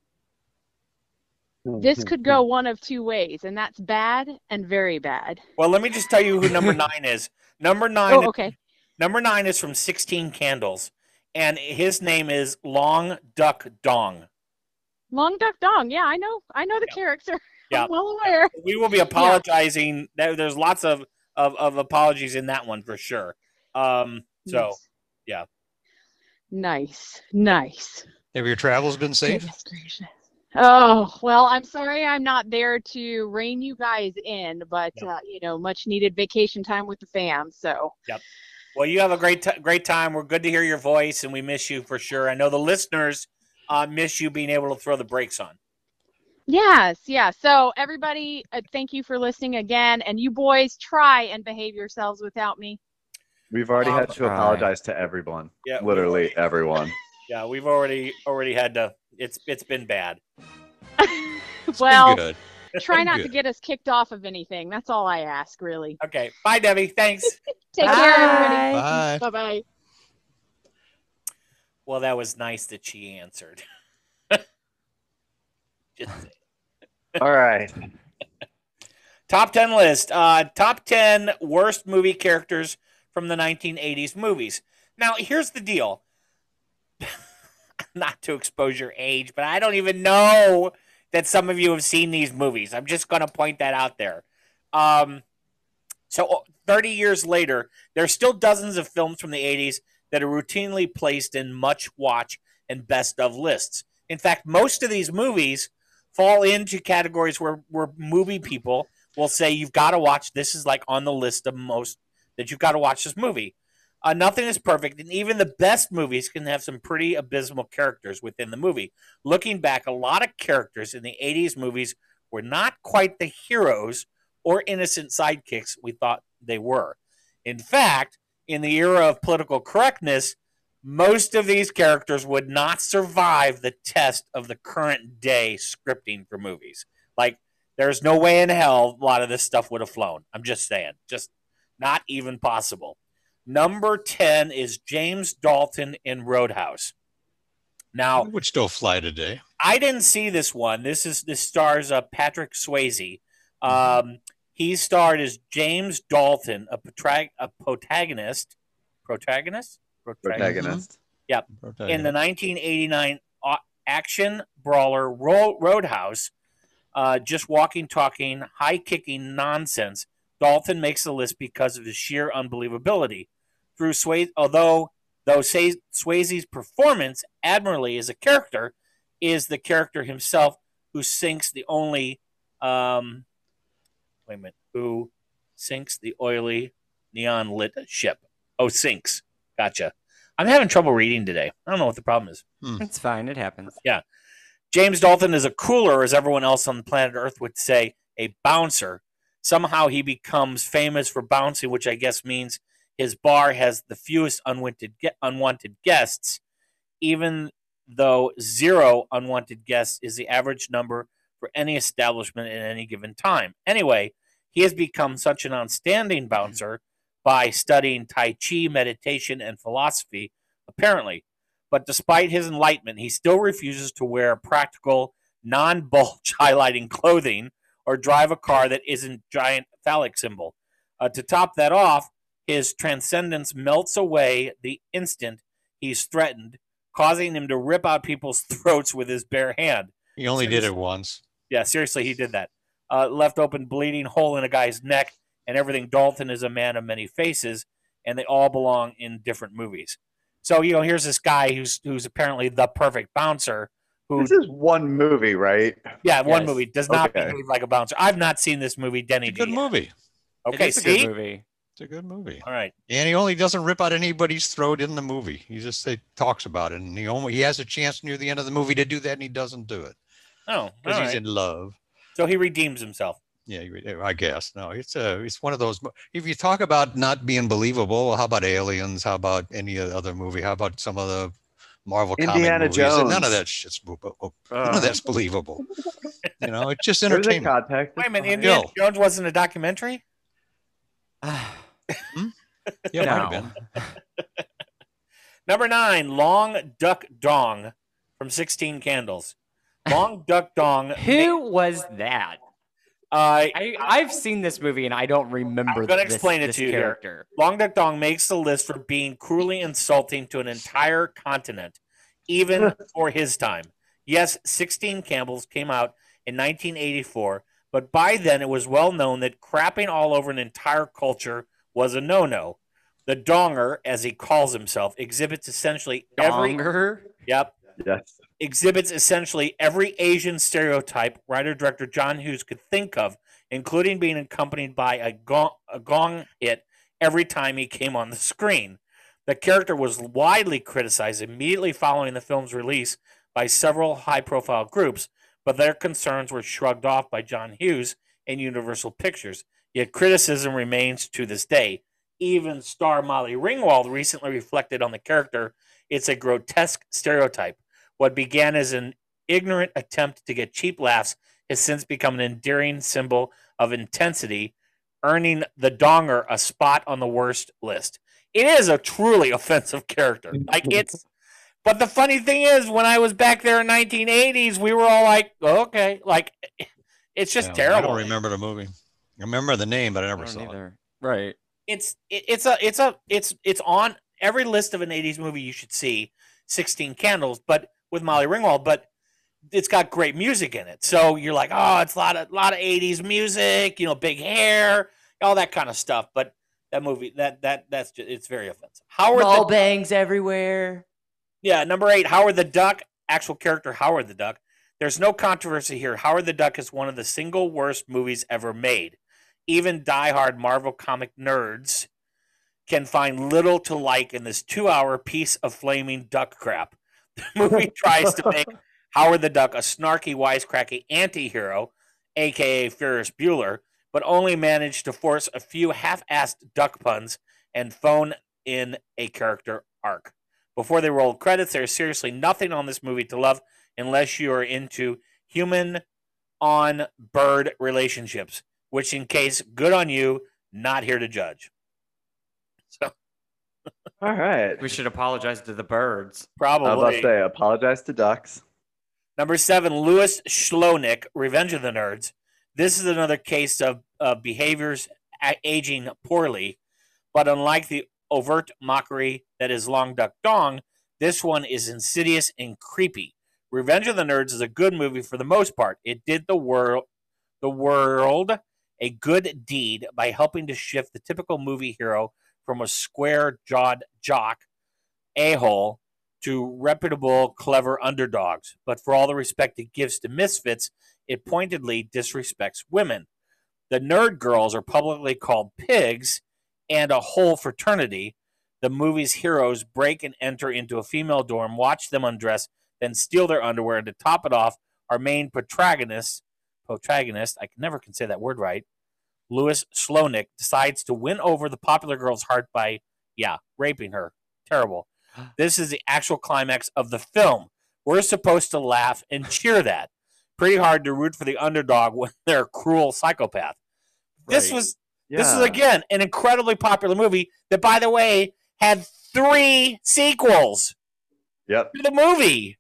Mm-hmm.
This could go one of two ways, and that's bad and very bad.
Well, let me just tell you who number nine is. Number nine.
Oh, okay.
Number nine is from 16 Candles, and his name is Long Duck Dong.
Long Duck Dong. Yeah, I know. I know the character.
Yeah.
I'm well aware.
We will be apologizing. There- There's lots of, of, of apologies in that one for sure. Um, so, yeah.
Nice. Nice.
Have your travels been safe?
Goodness gracious. Oh, well, I'm sorry I'm not there to rein you guys in, but, uh, you know, much needed vacation time with the fam. So,
Yep. Well, you have a great t- great time. We're good to hear your voice, and we miss you for sure. I know the listeners uh, miss you being able to throw the brakes on.
yes, yeah. So, everybody, uh, thank you for listening again. And you boys, try and behave yourselves without me.
We've already had to
Alright.
apologize to everyone.
Yeah, we
Literally everyone.
Yeah, we've already already had to. It's it's been bad.
well,
Good.
try not to
Good.
get us kicked off of anything. That's all I ask, really.
Okay, bye, Debbie. Thanks.
Take care, everybody.
Bye.
Bye bye.
Well, that was nice that she answered. Just saying.
All right.
top 10 list. Uh, top 10 worst movie characters from the 1980s movies. Now, here's the deal. Not to expose your age, but I don't even know that some of you have seen these movies. I'm just going to point that out there. Um, so, 30 years later, there are still dozens of films from the 80s that are routinely placed in much watch and best of lists. In fact, most of these movies fall into categories where, where movie people will say, You've got to watch this, is like on the list of most that you've got to watch this movie. Uh, nothing is perfect, and even the best movies can have some pretty abysmal characters within the movie. Looking back, a lot of characters in the 80s movies were not quite the heroes or innocent sidekicks we thought they were. In fact, in the era of political correctness, most of these characters would not survive the test of the current day scripting for movies. Like, there's no way in hell a lot of this stuff would have flown. I'm just saying, just not even possible. Number 10 is James Dalton in Roadhouse. Now,
It would still fly today.
I didn't see this one. This is this stars uh, Patrick Swayze. Um, He starred as James Dalton, a, protra- a protagonist, protagonist,
Protagonist.
Yep. in the 1989 au- action brawler Ro- Roadhouse, uh, just walking, talking, high kicking nonsense. Dalton makes the list because of his sheer unbelievability. Through Swayze, although though Say- Swayze's performance admirably as a character, is the character himself who sinks the only um, wait a minute who sinks the oily neon lit ship. Oh, sinks. Gotcha. I'm having trouble reading today. I don't know what the problem is.
It's fine. It happens.
Yeah. James Dalton is a cooler, as everyone else on planet Earth would say, a bouncer. Somehow he becomes famous for bouncing, which I guess means his bar has the fewest unwanted, ge- unwanted guests, even though zero unwanted guests is the average number for any establishment at any given time. Anyway, he has become such an outstanding bouncer by studying Tai Chi, meditation, and philosophy, apparently. But despite his enlightenment, he still refuses to wear practical, non bulge highlighting clothing or drive a car that isn't giant phallic symbol. Uh, to top that off, his transcendence melts away the instant he's threatened, causing him to rip out people's throats with his bare hand.
He only did it once.
Yeah, seriously, he did that. Uh, left open, bleeding hole in a guy's neck and everything. Dalton is a man of many faces, and they all belong in different movies. So you know, here's this guy who's who's apparently the perfect bouncer. Who,
This is one movie, right?
yeah, one
Yes.
movie does not
Okay.
behave like a bouncer. I've not seen this movie, Denny. It's a good
movie.
Okay,
is a
see,
good
movie.
It's a good movie.
All right.
And he only doesn't rip out anybody's throat in the movie. He just they, talks about it, and he only he has a chance near the end of the movie to do that, and he doesn't do it
oh,
because
all
he's
right.
in love.
so he redeems himself.
Yeah, you- I guess. No, it's a it's one of those. mo- If you talk about not being believable, well, how about Aliens? How about any other movie? How about some of the Marvel
Indiana
comic movies? None of
Jones.
that shit's bo- bo- bo- none of
Uh-huh.
that's believable. you know, it's just
There's a
entertainment.
context.
Wait a
Oh,
minute, Indiana Jones wasn't a documentary.
Yeah, it might have
No.
been.
Number nine, Long Duck Dong from 16 Candles. Long Duck Dong. Uh,
Who was that? I I've seen this movie and I don't remember.
I'm going to
this-
explain it
this
to you
character.
here. Long Duck Dong makes the list for being cruelly insulting to an entire continent, even for his time. Yes, 16 Campbells came out in 1984, but by then it was well known that crapping all over an entire culture was a no no. The Donger, as he calls himself, exhibits essentially
Donger?
every. Yep
Yes.
exhibits essentially every Asian stereotype writer director John Hughes could think of, including being accompanied by a gong, a gong hit every time he came on the screen. The character was widely criticized immediately following the film's release by several high profile groups, but their concerns were shrugged off by John Hughes and Universal Pictures. Yet criticism remains to this day. Even star Molly Ringwald recently reflected on the character it's a grotesque stereotype. What began as an ignorant attempt to get cheap laughs has since become an endearing symbol of intensity, earning the donger a spot on the worst list. It is a truly offensive character. Like it's but the funny thing is when I was back there in 1980s, we were all like, "Okay, like it's just
Yeah, I
terrible."
don't remember the movie. I remember the name, but I never saw
it. Right.
it's it, it's a it's a it's it's on every list of an 80s movie you should see 16 candles but with molly ringwald but it's got great music in it so you're like oh it's a lot of lot of 80s music you know big hair all that kind of stuff but that movie that that that's just it's very offensive howard
Ball
the,
bangs everywhere.
yeah number eight howard the duck actual character howard the duck there's no controversy here howard the duck is one of the single worst movies ever made even diehard marvel comic nerds can find little to like in this two hour piece of flaming duck crap. The movie tries to make Howard the Duck a snarky, wisecracky anti hero, aka Ferris Bueller, but only managed to force a few half assed duck puns and phone in a character arc. Before they roll credits, there's seriously nothing on this movie to love unless you are into human on bird relationships, which, in case, good on you, not here to judge. So
All right.
We should apologize to the birds.
I was about
probably
to say, apologize to ducks.
number seven, Louis Schlonick, Revenge of the Nerds. This is another case of uh, behaviors a- aging poorly, but unlike the overt mockery that is Long Duck Dong, this one is insidious and creepy. Revenge of the Nerds is a good movie for the most part. It did the world the world a good deed by helping to shift the typical movie hero from a square-jawed jock a-hole to reputable, clever underdogs. But for all the respect it gives to misfits, it pointedly disrespects women. The nerd girls are publicly called pigs and a whole fraternity. The movie's heroes break and enter into a female dorm, watch them undress, then steal their underwear. And to top it off, our main protagonist, protagonist, I can never can say that word right, Louis Slonick decides to win over the popular girl's heart by, yeah, raping her. Terrible. This is the actual climax of the film. We're supposed to laugh and cheer that. Pretty hard to root for the underdog when they're a cruel psychopath. This
Right.
was this is
Yeah.
again an incredibly popular movie that, by the way, had three sequels
Yep.
to the movie.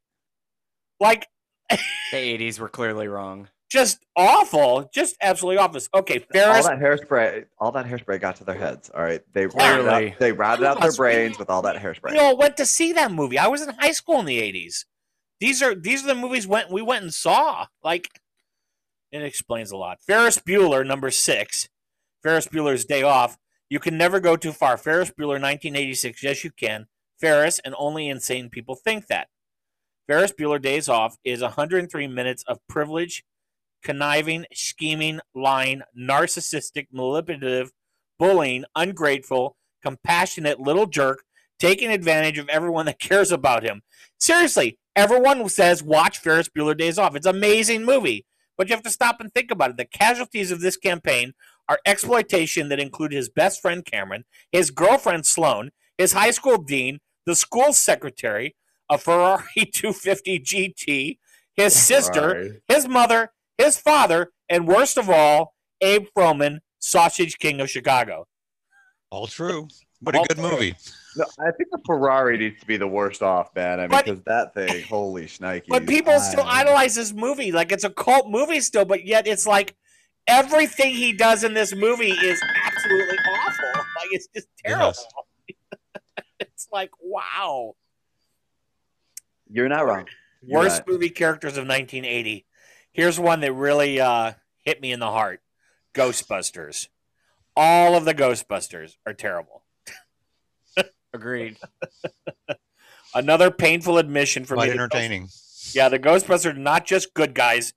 Like
The 80s were clearly wrong.
just awful, just absolutely awful. Okay,
All
Ferris.
that hairspray, all that hairspray got to their heads. All right, they rounded
Clearly.
out, they rounded out their
Must be-
brains with all that hairspray.
We all went to see that movie. I was in high school in the eighties. These are these are the movies went we went and saw. Like it explains a lot. Ferris Bueller, number six. Ferris Bueller's Day Off. You can never go too far. Ferris Bueller, 1986. Yes, you can. Ferris and only insane people think that. Ferris Bueller Days Off is 103 minutes of privilege, conniving, scheming, lying, narcissistic, manipulative, bullying, ungrateful, compassionate little jerk, taking advantage of everyone that cares about him. Seriously, everyone says watch Ferris Bueller Days Off. It's an amazing movie, but you have to stop and think about it. The casualties of this campaign are exploitation that include his best friend Cameron, his girlfriend Sloan, his high school dean, the school secretary, a Ferrari 250 GT, his sister,
Ferrari.
his mother, his father, and worst of all, Abe Froman, Sausage King of Chicago.
All true. What a good movie.
No, I think the Ferrari needs to be the worst off, man. I mean,
But-
because that thing, holy shnikes.
But people still idolize this movie. Like it's a cult movie still, but yet it's like everything he does in this movie is absolutely awful. Like it's just terrible. it's like wow.
You're not wrong. You're
Worst
not.
movie characters of 1980. Here's one that really uh, hit me in the heart. Ghostbusters. All of the Ghostbusters are terrible.
Agreed.
Another painful admission for
Quite
me. that
entertaining.
Ghost- yeah, the Ghostbusters are not just good guys.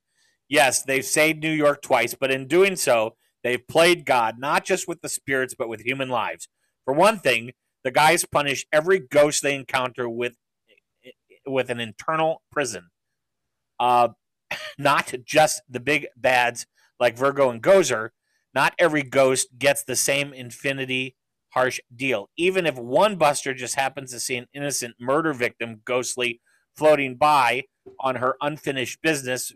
Yes, they've saved New York twice, but in doing so, they've played God not just with the spirits but with human lives. For one thing, the guys punish every ghost they encounter with with an internal prison. Uh, not just the big bads like Virgo and Gozer. Not every ghost gets the same infinity harsh deal. Even if one buster just happens to see an innocent murder victim ghostly floating by on her unfinished business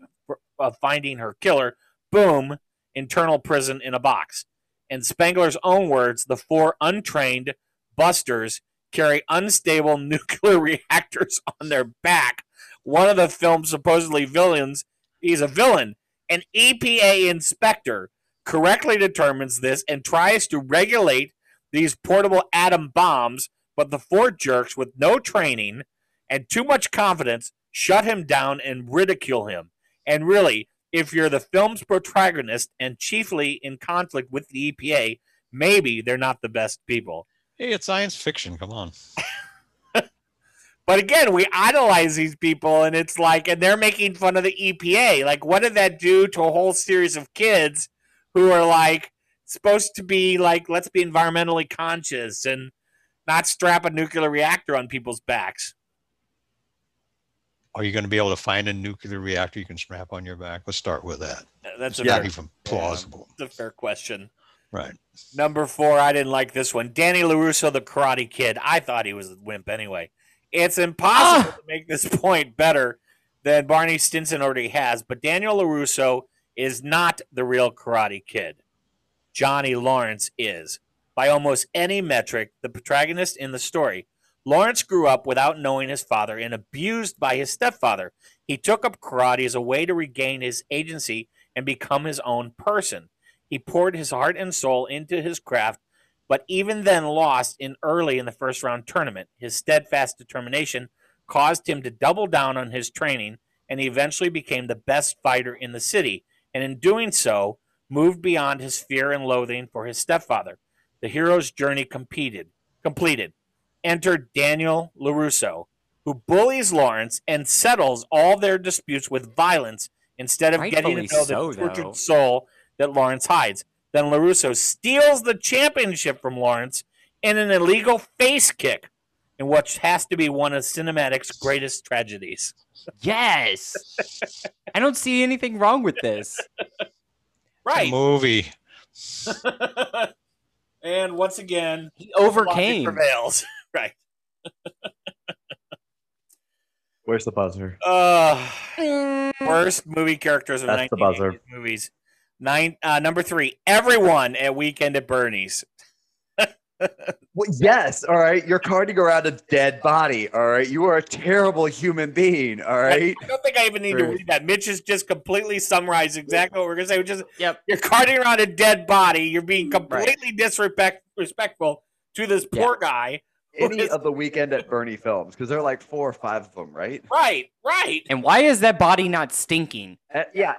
of finding her killer, boom, internal prison in a box. In Spangler's own words, the four untrained busters carry unstable nuclear reactors on their back. One of the film's supposedly villains, he's a villain. An EPA inspector correctly determines this and tries to regulate these portable atom bombs, but the four jerks with no training and too much confidence shut him down and ridicule him. And really, if you're the film's protagonist and chiefly in conflict with the EPA, maybe they're not the best people.
Hey, it's science fiction. Come on.
But again, we idolize these people, and it's like, and they're making fun of the EPA. Like, what did that do to a whole series of kids who are like supposed to be like, let's be environmentally conscious and not strap a nuclear reactor on people's backs?
Are you going to be able to find a nuclear reactor you can strap on your back? Let's start with that.
Uh, That's a
It's not
fair,
even plausible.
That's a fair question.
Right.
Number four, I didn't like this one. Danny LaRusso, the Karate Kid. I thought he was a wimp anyway. It's impossible to make this point better than Barney Stinson already has, but Daniel LaRusso is not the real Karate Kid. Johnny Lawrence is. By almost any metric, the protagonist in the story. Lawrence grew up without knowing his father and abused by his stepfather. He took up karate as a way to regain his agency and become his own person. He poured his heart and soul into his craft, but even then lost in early in the first round tournament. His steadfast determination caused him to double down on his training, and he eventually became the best fighter in the city. And in doing so, moved beyond his fear and loathing for his stepfather. The hero's journey competed, completed. Enter Daniel LaRusso, who bullies Lawrence and settles all their disputes with violence instead of getting
Rightfully
to know
so,
the tortured
though.
soul that Lawrence hides. Then LaRusso steals the championship from Lawrence in an illegal face kick in what has to be one of cinematic's greatest tragedies.
Yes. I don't see anything wrong with this.
Right.
Movie.
And once again, he
overcame.
prevails. right.
Where's the buzzer?
Uh, worst movie characters of
That's the buzzer.
1980s movies. Nine, uh, number three, everyone at Weekend at Bernie's.
Well, yes. All right. You're carting around a dead body. All right. You are a terrible human being. All right.
I don't think I even need to
Sure.
read that. Mitch has just completely summarized exactly what we're going to say. Which is,
yep.
you're carting around a dead body. You're being completely disrespect disrespectful to this poor guy. who
Any
is-
of the weekend at Bernie films, because there are like four or five of them, right?
right, right.
And why is that body not stinking?
Uh, yeah,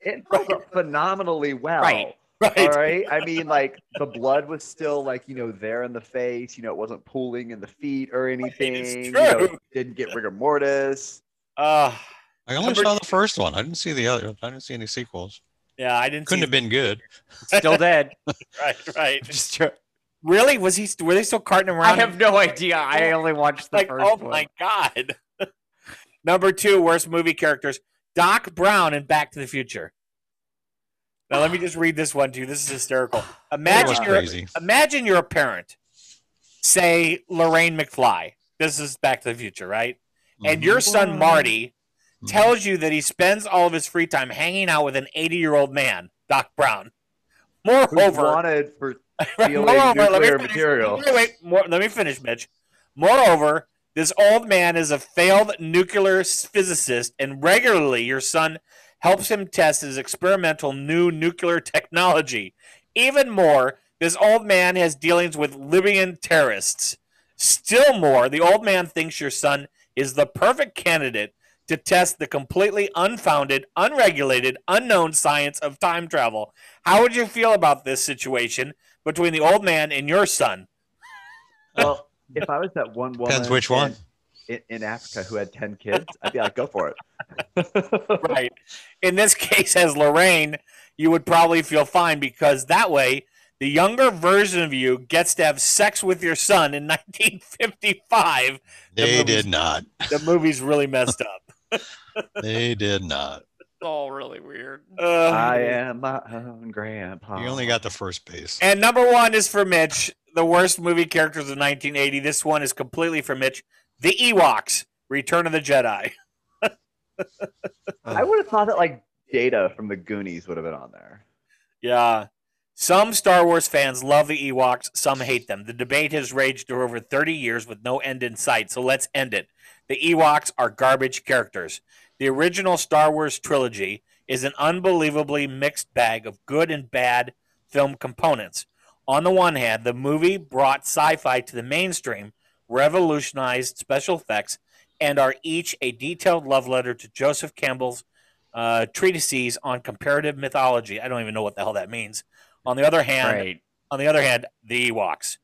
it held up phenomenally well.
Right,
Right.
All right. I mean, like the blood was still like you know there in the face. You know, it wasn't pooling in the feet or anything. You know,
true.
didn't get rigor mortis.
Uh,
I only saw the first one. I didn't see the other. I didn't see any sequels.
Yeah, I didn't.
Couldn't have been good.
Still dead.
right, right.
Just tr-
really? Was he? Were they still carting him
I
around?
have no idea. I only watched the
like,
first
oh
one.
my god. Number two, worst movie characters: Doc Brown in Back to the Future. Now let me just read this one to you. This is hysterical. Imagine
was
you're
crazy.
imagine you're a parent. Say Lorraine McFly. This is Back to the Future, right?
Mm-hmm.
And your son Marty tells you that he spends all of his free time hanging out with an 80 year old man, Doc Brown.
Who's
Moreover,
wanted for stealing
Moreover, let me
nuclear
finish-
material.
Wait, wait, more, let me finish, Mitch. Moreover, this old man is a failed nuclear s- physicist, and regularly your son helps him test his experimental new nuclear technology. Even more, this old man has dealings with Libyan terrorists. Still more, the old man thinks your son is the perfect candidate to test the completely unfounded, unregulated, unknown science of time travel. How would you feel about this situation between the old man and your son?
Well, if I was that one woman,
Depends which one.
In, in Africa who had ten kids, I'd be like, go for it.
right. In this case, as Lorraine, you would probably feel fine because that way the younger version of you gets to have sex with your son in 1955. The
They
movie's-
did not.
The movie's really messed up.
They did not.
It's all really weird.
Uh,
I am my own grandpa.
You only got the first base.
And number one is for Mitch, the worst movie characters of 1980. This one is completely for Mitch. The Ewoks, Return of the Jedi.
I would have thought that like Data from the Goonies would have been on there.
Yeah. Some Star Wars fans love the Ewoks, some hate them. The debate has raged for over 30 years with no end in sight, so let's end it. The Ewoks are garbage characters. The original Star Wars trilogy is an unbelievably mixed bag of good and bad film components. On the one hand, the movie brought sci fi to the mainstream, revolutionized special effects, and are each a detailed love letter to Joseph Campbell's uh, treatises on comparative mythology. I don't even know what the hell that means. On the other hand,
Right.
on the other hand, the Ewoks.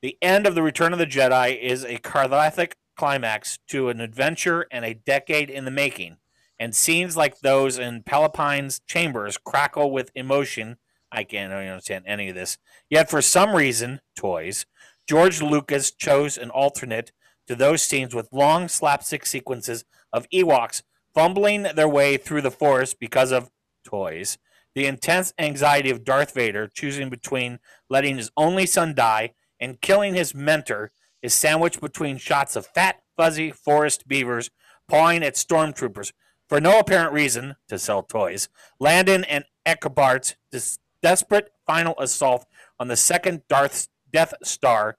The end of the Return of the Jedi is a Carthic climax to an adventure and a decade in the making, and scenes like those in Palapine's chambers crackle with emotion. I can't really understand any of this. Yet, for some reason, toys, George Lucas chose an alternate to those scenes with long slapstick sequences of Ewoks fumbling their way through the forest because of toys, the intense anxiety of Darth Vader choosing between letting his only son die and killing his mentor is sandwiched between shots of fat, fuzzy forest beavers pawing at stormtroopers for no apparent reason to sell toys. Landon and Echobart's des- desperate final assault on the second Darth Death Star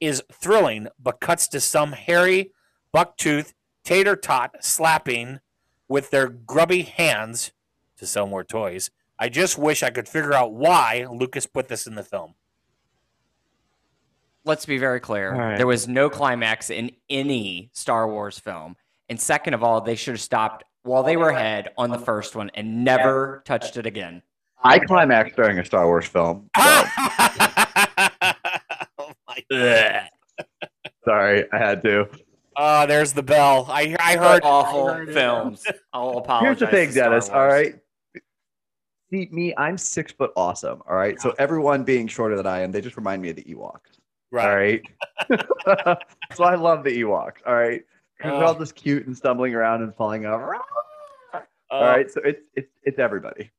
is thrilling, but cuts to some hairy, bucktooth, tater tot slapping with their grubby hands to sell more toys. I just wish I could figure out why Lucas put this in the film.
Let's be very clear.
All right.
There was no climax in any Star Wars film. And second of all, they should have stopped while they were ahead on the first one and never touched it again.
I climaxed during a Star Wars film. Oh
Ugh.
Sorry, I had to.
Uh, there's the bell. I I heard
awful
I heard it.
films. I'll
Here's
apologize.
the thing,
to Star
Dennis. All
Wars.
right. See me, I'm six foot awesome. All right. So everyone being shorter than I am, they just remind me of the Ewoks. Right. All right. so I love the Ewoks. All right. 'Cause they're all just cute and stumbling around and falling over. all right. So it's it's it's everybody.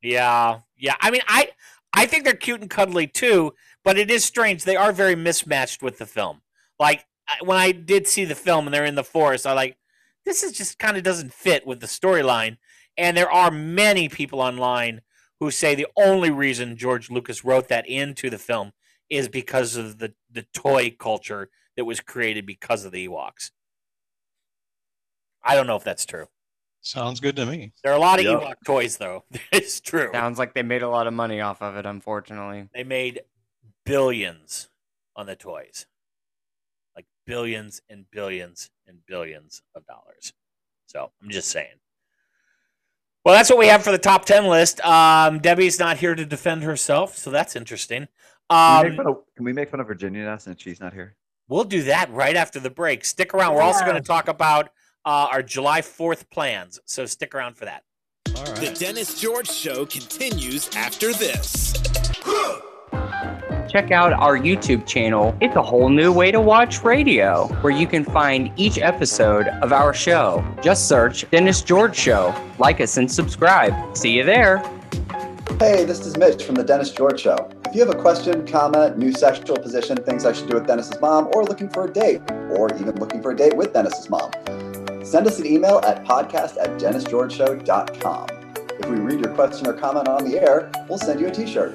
Yeah, yeah. I mean, I I think they're cute and cuddly too, but it is strange. They are very mismatched with the film. Like I- when I did see the film and they're in the forest, I like this is just kind of doesn't fit with the storyline. And there are many people online who say the only reason George Lucas wrote that into the film is because of the the toy culture that was created because of the Ewoks. I don't know if that's true.
Sounds good to me.
There are a lot of
Yep.
Ewok toys though. it's true.
Sounds like they made a lot of money off of it, unfortunately.
They made billions on the toys. Like billions and billions and billions of dollars. So I'm just saying. Well, that's what we have for the top 10 list. Um, Debbie's not here to defend herself, so that's interesting.
Can, we
Um,
make fun of, can we make fun of Virginia now since she's not here?
We'll do that right after the break. Stick around. We're also going to talk about uh, our July 4th plans, so stick around for that.
The Dennis George Show continues after this.
Check out our YouTube channel. It's a whole new way to watch radio, where you can find each episode of our show. Just search Dennis George Show. Like us and subscribe. See you there.
Hey, this is Mitch from The Dennis George Show. If you have a question, comment, new sexual position, things I should do with Dennis's mom, or looking for a date, or even looking for a date with Dennis's mom, send us an email at podcast at dennisgeorgeshow.com. If we read your question or comment on the air, we'll send you a t shirt.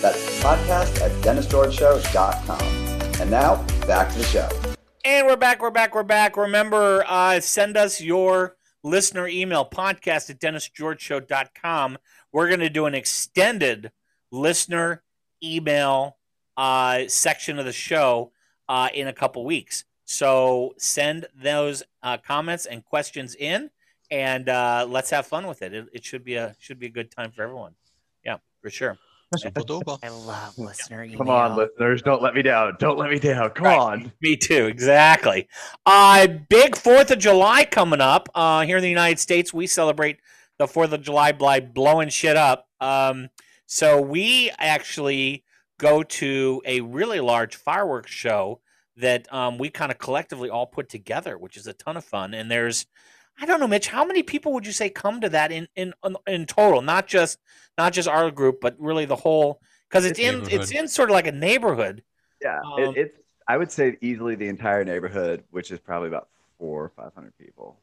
That's podcast at dennisgeorgeshow.com. And now, back to the show.
And we're back, we're back, we're back. Remember, uh, send us your listener email, podcast at DennisGeorgeShow.com. We're going to do an extended listener email uh, section of the show uh, in a couple weeks. So send those uh, comments and questions in, and uh, let's have fun with it. it. It should be a should be a good time for everyone. Yeah, for sure.
I love listener email.
Come on, listeners. Don't let me down. Don't let me down. Come on.
Me too. Exactly. Uh, big Fourth of July coming up uh, here in the United States. We celebrate the Fourth of July by blowing shit up. Um, so we actually go to a really large fireworks show that um, we kind of collectively all put together, which is a ton of fun. And there's, I don't know, Mitch, how many people would you say come to that in in in- in total? Not just not just our group, but really the whole because it's in it's
Neighborhood.
in sort of like a neighborhood.
Yeah,
Um,
it, it's. I would say easily the entire neighborhood, which is probably about four or five hundred people.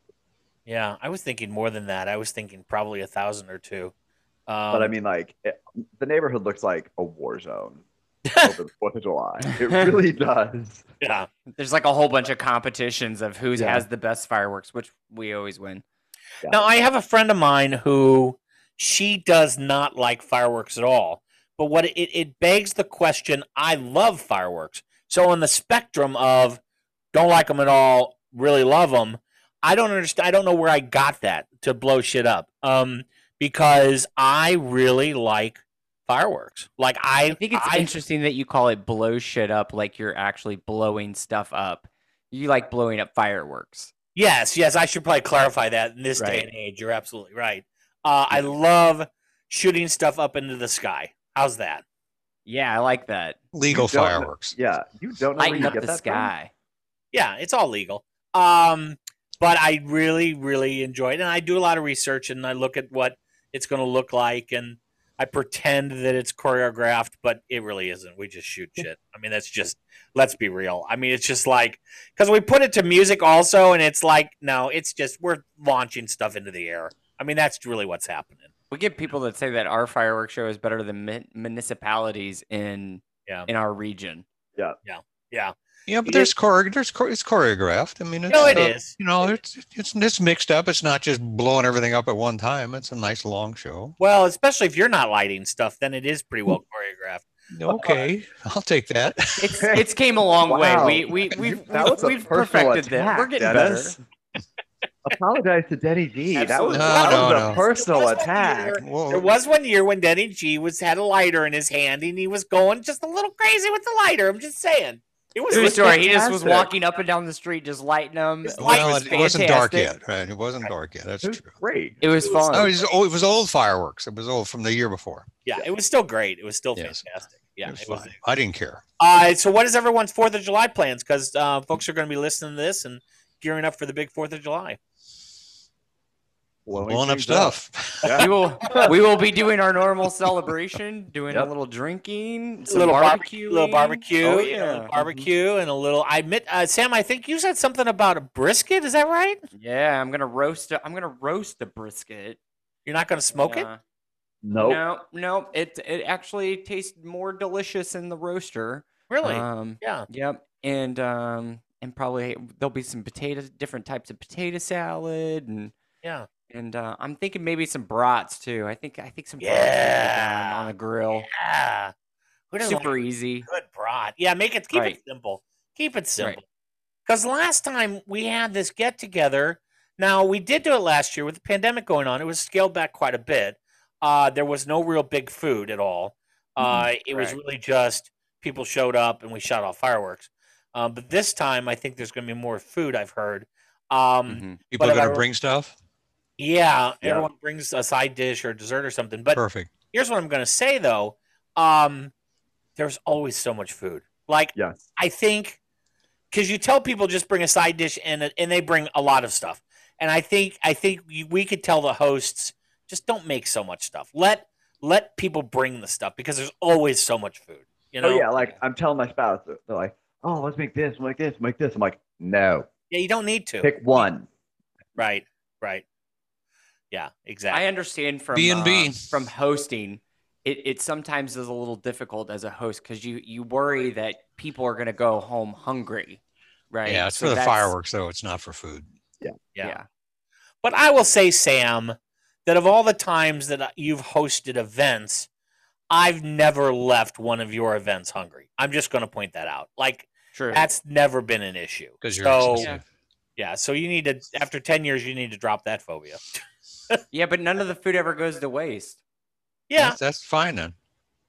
Yeah, I was thinking more than that. I was thinking probably a thousand or two. Um,
but I mean, like, it, the neighborhood looks like a war zone over the Fourth of July. It really does.
Yeah.
There's like a whole bunch of competitions of who
Yeah.
has the best fireworks, which we always win.
now I have a friend of mine who she does not like fireworks at all. But what it, it begs the question: I love fireworks. So on the spectrum of don't like them at all, really love them. I don't understand. I don't know where I got that to blow shit up. Um, because I really like fireworks. Like I,
I think it's interesting that you call it blow shit up like you're actually blowing stuff up. You like blowing up fireworks.
Yes, yes, I should probably clarify that in this day
Right.
and age. You're absolutely right. Uh, I love shooting stuff up into the sky. How's that?
Yeah, I like that.
Legal
You don't kn-
fireworks.
Yeah, you don't know where
Lighting
you
up
get
the
that
sky.
Yeah, it's all legal. Um, but I really, really enjoy it, and I do a lot of research, and I look at what it's going to look like, and I pretend that it's choreographed, but it really isn't. We just shoot shit. I mean, that's just let's be real. I mean, it's just like because we put it to music also, and it's like no, it's just we're launching stuff into the air. I mean, that's really what's happening.
We get people that say that our fireworks show is better than mun- municipalities in
Yeah.
in our region.
Yeah.
Yeah. Yeah.
Yeah, but
It-
there's chore, there's chore, it's choreographed. I mean, it's,
No, it
uh,
is.
You know, it's it's it's mixed up. It's not just blowing everything up at one time. It's a nice long show.
Well, especially if you're not lighting stuff, then it is pretty well choreographed.
Okay, I'll take that.
It's it's came a long
Wow.
way. We we we've
That was a
we've
personal
perfected that. We're
attack,
getting
Dennis.
better.
Apologize to Denny G. That
Absolutely.
was, that
No,
was
no,
a
no.
personal
That's
attack.
There was one year when Denny G was had a lighter in his hand and he was going just a little crazy with the lighter. I'm just saying. It was
True story. He just was
fantastic.
walking up and down the street, just lighting them.
Well,
was
it, wasn't dark
fantastic.
yet, right? It wasn't dark yet. That's true.
Great.
It was fun.
No, it was, old, it was old fireworks. It was old from the year before.
Yeah, it was still great. It was still
Yes.
fantastic. Yeah,
It was
it was
fine. I didn't care.
Uh, so what is everyone's Fourth of July plans? Because uh, folks are going to be listening to this and gearing up for the big Fourth of July.
Blowing up
things
stuff.
We will we will be doing our normal celebration, doing a
Yep.
little drinking,
A
some
little
barbecue,
barbecue, little barbecue,
Oh,
you know,
yeah,
barbecue, and a little. I admit, uh, Sam, I think you said something about a brisket. Is that right?
yeah. I'm gonna roast. A, I'm gonna roast a brisket.
You're not going to smoke
Yeah.
it.
Nope.
No, no. It it actually tastes more delicious in the roaster.
Really?
Um,
Yeah.
Yep. And um and probably there'll be some potato, different types of potato salad and
Yeah.
and uh, I'm thinking maybe some brats too. I think I think some brats would be good
Yeah.
on, on the grill.
Yeah. Who doesn't
Super
like a
easy.
Good brat. Yeah. Make it. Keep
Right.
it simple. Keep it simple.
Right.
Because last time we had this get together, now we did do it last year with the pandemic going on. It was scaled back quite a bit. Uh, there was no real big food at all. Uh,
Mhm,
it was
correct.
really just people showed up and we shot off fireworks. Um, but this time, I think there's going to be more food. I've heard. Um,
Mm-hmm.
People
but
are
if I
going to
re-
bring stuff.
Yeah,
Yeah.
everyone brings a side dish or dessert or something. But
Perfect.
here's what I'm going to say though. Um, there's always so much food. Like
Yes.
I think because you tell people just bring a side dish and a- and they bring a lot of stuff. And I think I think we- we could tell the hosts just don't make so much stuff. Let let people bring the stuff because there's always so much food. You know?
Oh yeah, like I'm telling my spouse, they're like, "Oh, let's make this, make this, make this." I'm like, "No,
Yeah, you don't need to.
pick one."
Right. Right. Yeah. Exactly.
I understand from
B&B.
uh, from hosting. It, it sometimes is a little difficult as a host because you you worry that people are going to go home hungry, right?
Yeah, it's
So
for the
that's-
fireworks though. It's not for food.
Yeah.
Yeah.
But I will say, Sam, that of all the times that you've hosted events, I've never left one of your events hungry. I'm just going to point that out. Like
True.
that's never been an issue.
'Cause you're
so, yeah.
excessive.
So you need to after ten years, you need to drop that phobia.
yeah, but none of the food ever goes to waste.
Yeah.
That's, that's fine then.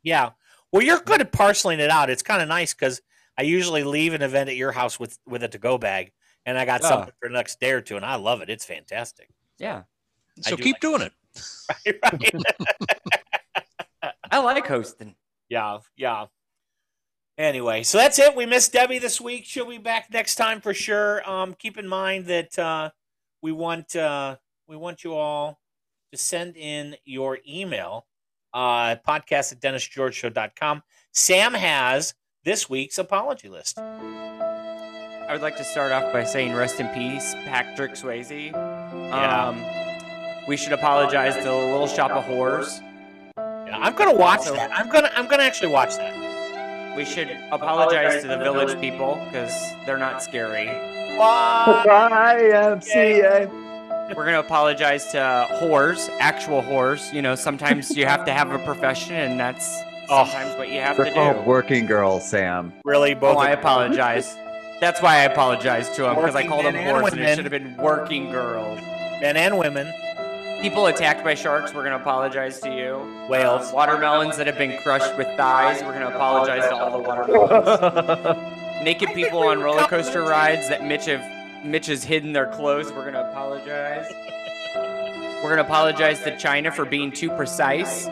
Yeah. Well, you're good at parceling it out. It's kind of nice because I usually leave an event at your house with with a to go bag, and I got
Yeah.
something for the next day or two, and I love it. It's fantastic.
Yeah,
I
So
do
keep
like-
doing it.
right?
I like hosting.
Yeah, yeah. Anyway, so that's it. We missed Debbie this week. She'll be back next time for sure. Um, keep in mind that uh, we want uh, we want you all to send in your email uh, podcast at dennisgeorgeshow.com. Sam has this week's apology list.
I would like to start off by saying rest in peace, Patrick Swayze. Um, we should apologize to the Little Shop of Horrors.
Yeah, I'm gonna watch
So-
that. I'm gonna I'm gonna actually watch that.
We should apologize to the Village people because they're not scary.
YMCA.
We're gonna apologize to whores, actual whores. You know, sometimes you have to have a profession, and that's
Oh.
sometimes what you have to
They're called
do.
working girls, Sam.
Really, Oh, both.
Oh, I
of-
apologize. That's why I apologize to them because I
Working
called them
men and
whores, and it
women.
should have been working girls.
men and women.
People attacked by sharks, we're gonna apologize to you.
Whales.
Uh, watermelons that have been crushed with thighs, we're gonna apologize to all the watermelons. Naked people on roller coaster rides that Mitch have Mitch has hidden their clothes, we're gonna apologize. We're gonna apologize to China for being too precise.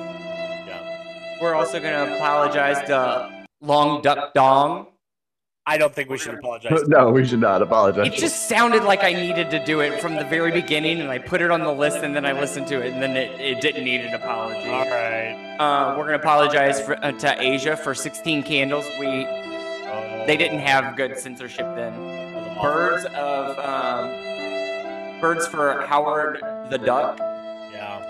We're also gonna apologize to Long Duck Dong.
I don't think we should apologize.
No, we should not apologize.
It just sounded like I needed to do it from the very beginning, and I put it on the list, and then I listened to it, and then it, it didn't need an apology.
All right.
Uh, we're gonna apologize for, uh, to Asia for 16 candles. We they didn't have good censorship then.
Oh,
Birds of um, birds for Howard the Duck.
Yeah.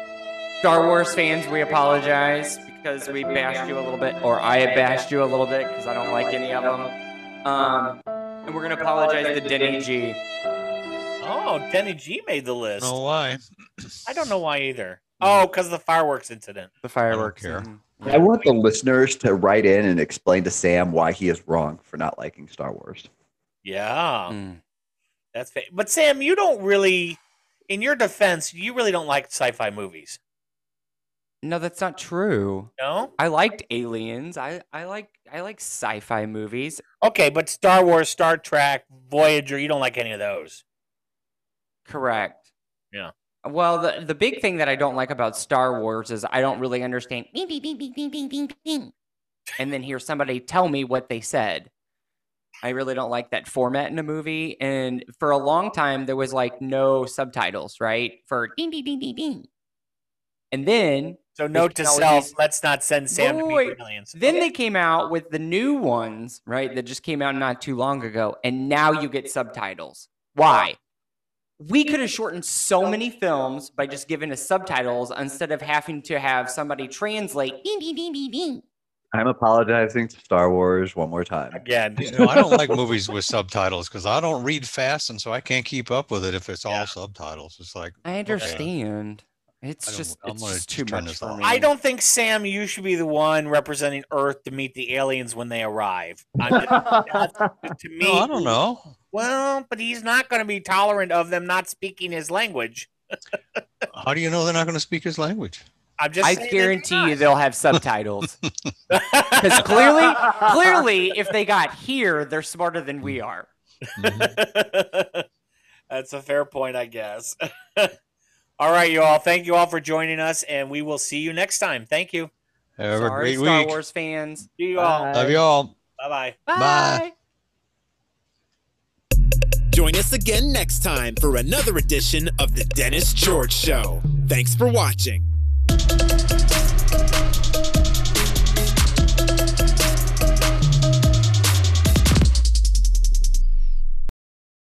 Star Wars fans, we apologize because we bashed you a little bit, or I bashed you a little bit because I don't like any of them. Um, and we're gonna apologize to Denny G.
Oh, Denny G made the list.
No why?
I don't know why either. Oh, because the fireworks incident.
The fireworks here.
I want the listeners to write in and explain to Sam why he is wrong for not liking Star Wars.
Yeah,
Mm.
that's fa- but Sam, you don't really. In your defense, you really don't like sci-fi movies.
No, that's not true.
No,
I liked Aliens. I, I like I like sci-fi movies.
Okay, but Star Wars, Star Trek, Voyager, you don't like any of those.
Correct.
Yeah.
Well, the the big thing that I don't like about Star Wars is I don't really understand. "Beep, beep, beep, beep, beep, beep, beep, beep," And then hear somebody tell me what they said. I really don't like that format in a movie. And for a long time, there was like no subtitles, right? For "Beep, beep, beep, beep, beep." and then
So
they
note to
came out with
self:
these-
let's not send Sam to
Wait,
meet
wait, wait.
the aliens.
Then they came out with the new ones, right? That just came out not too long ago, and now you get subtitles. Why? We could have shortened so many films by just giving us subtitles instead of having to have somebody translate. "Beep, beep, beep, beep, beep."
I'm apologizing to Star Wars one more time.
Again,
You know, I don't like movies with subtitles because I don't read fast, and so I can't keep up with it if it's all subtitles. It's like
I understand.
I
It's
don't-
just
I'm
it's
gonna
just
just
too
turn
much
this
for
off.
me.
I don't think Sam, you should be the one representing Earth to meet the aliens when they arrive. I'm just- that's- to me,
No, I don't know.
Well, but he's not going to be tolerant of them not speaking his language.
How do you know they're not going to speak his language?
I'm just.
I
saying that-
guarantee you they'll have subtitles. Because clearly, clearly, if they got here, they're smarter than we are.
Mm-hmm.
That's a fair point, I guess. all right, you all. Thank you all for joining us, and we will see you next time. Thank you.
Have a
Sorry,
great
Star
week.
Wars fans.
See you all.
Love you all.
Bye-bye.
Bye.
Join us again next time for another edition of The Dennis George Show. Thanks for watching.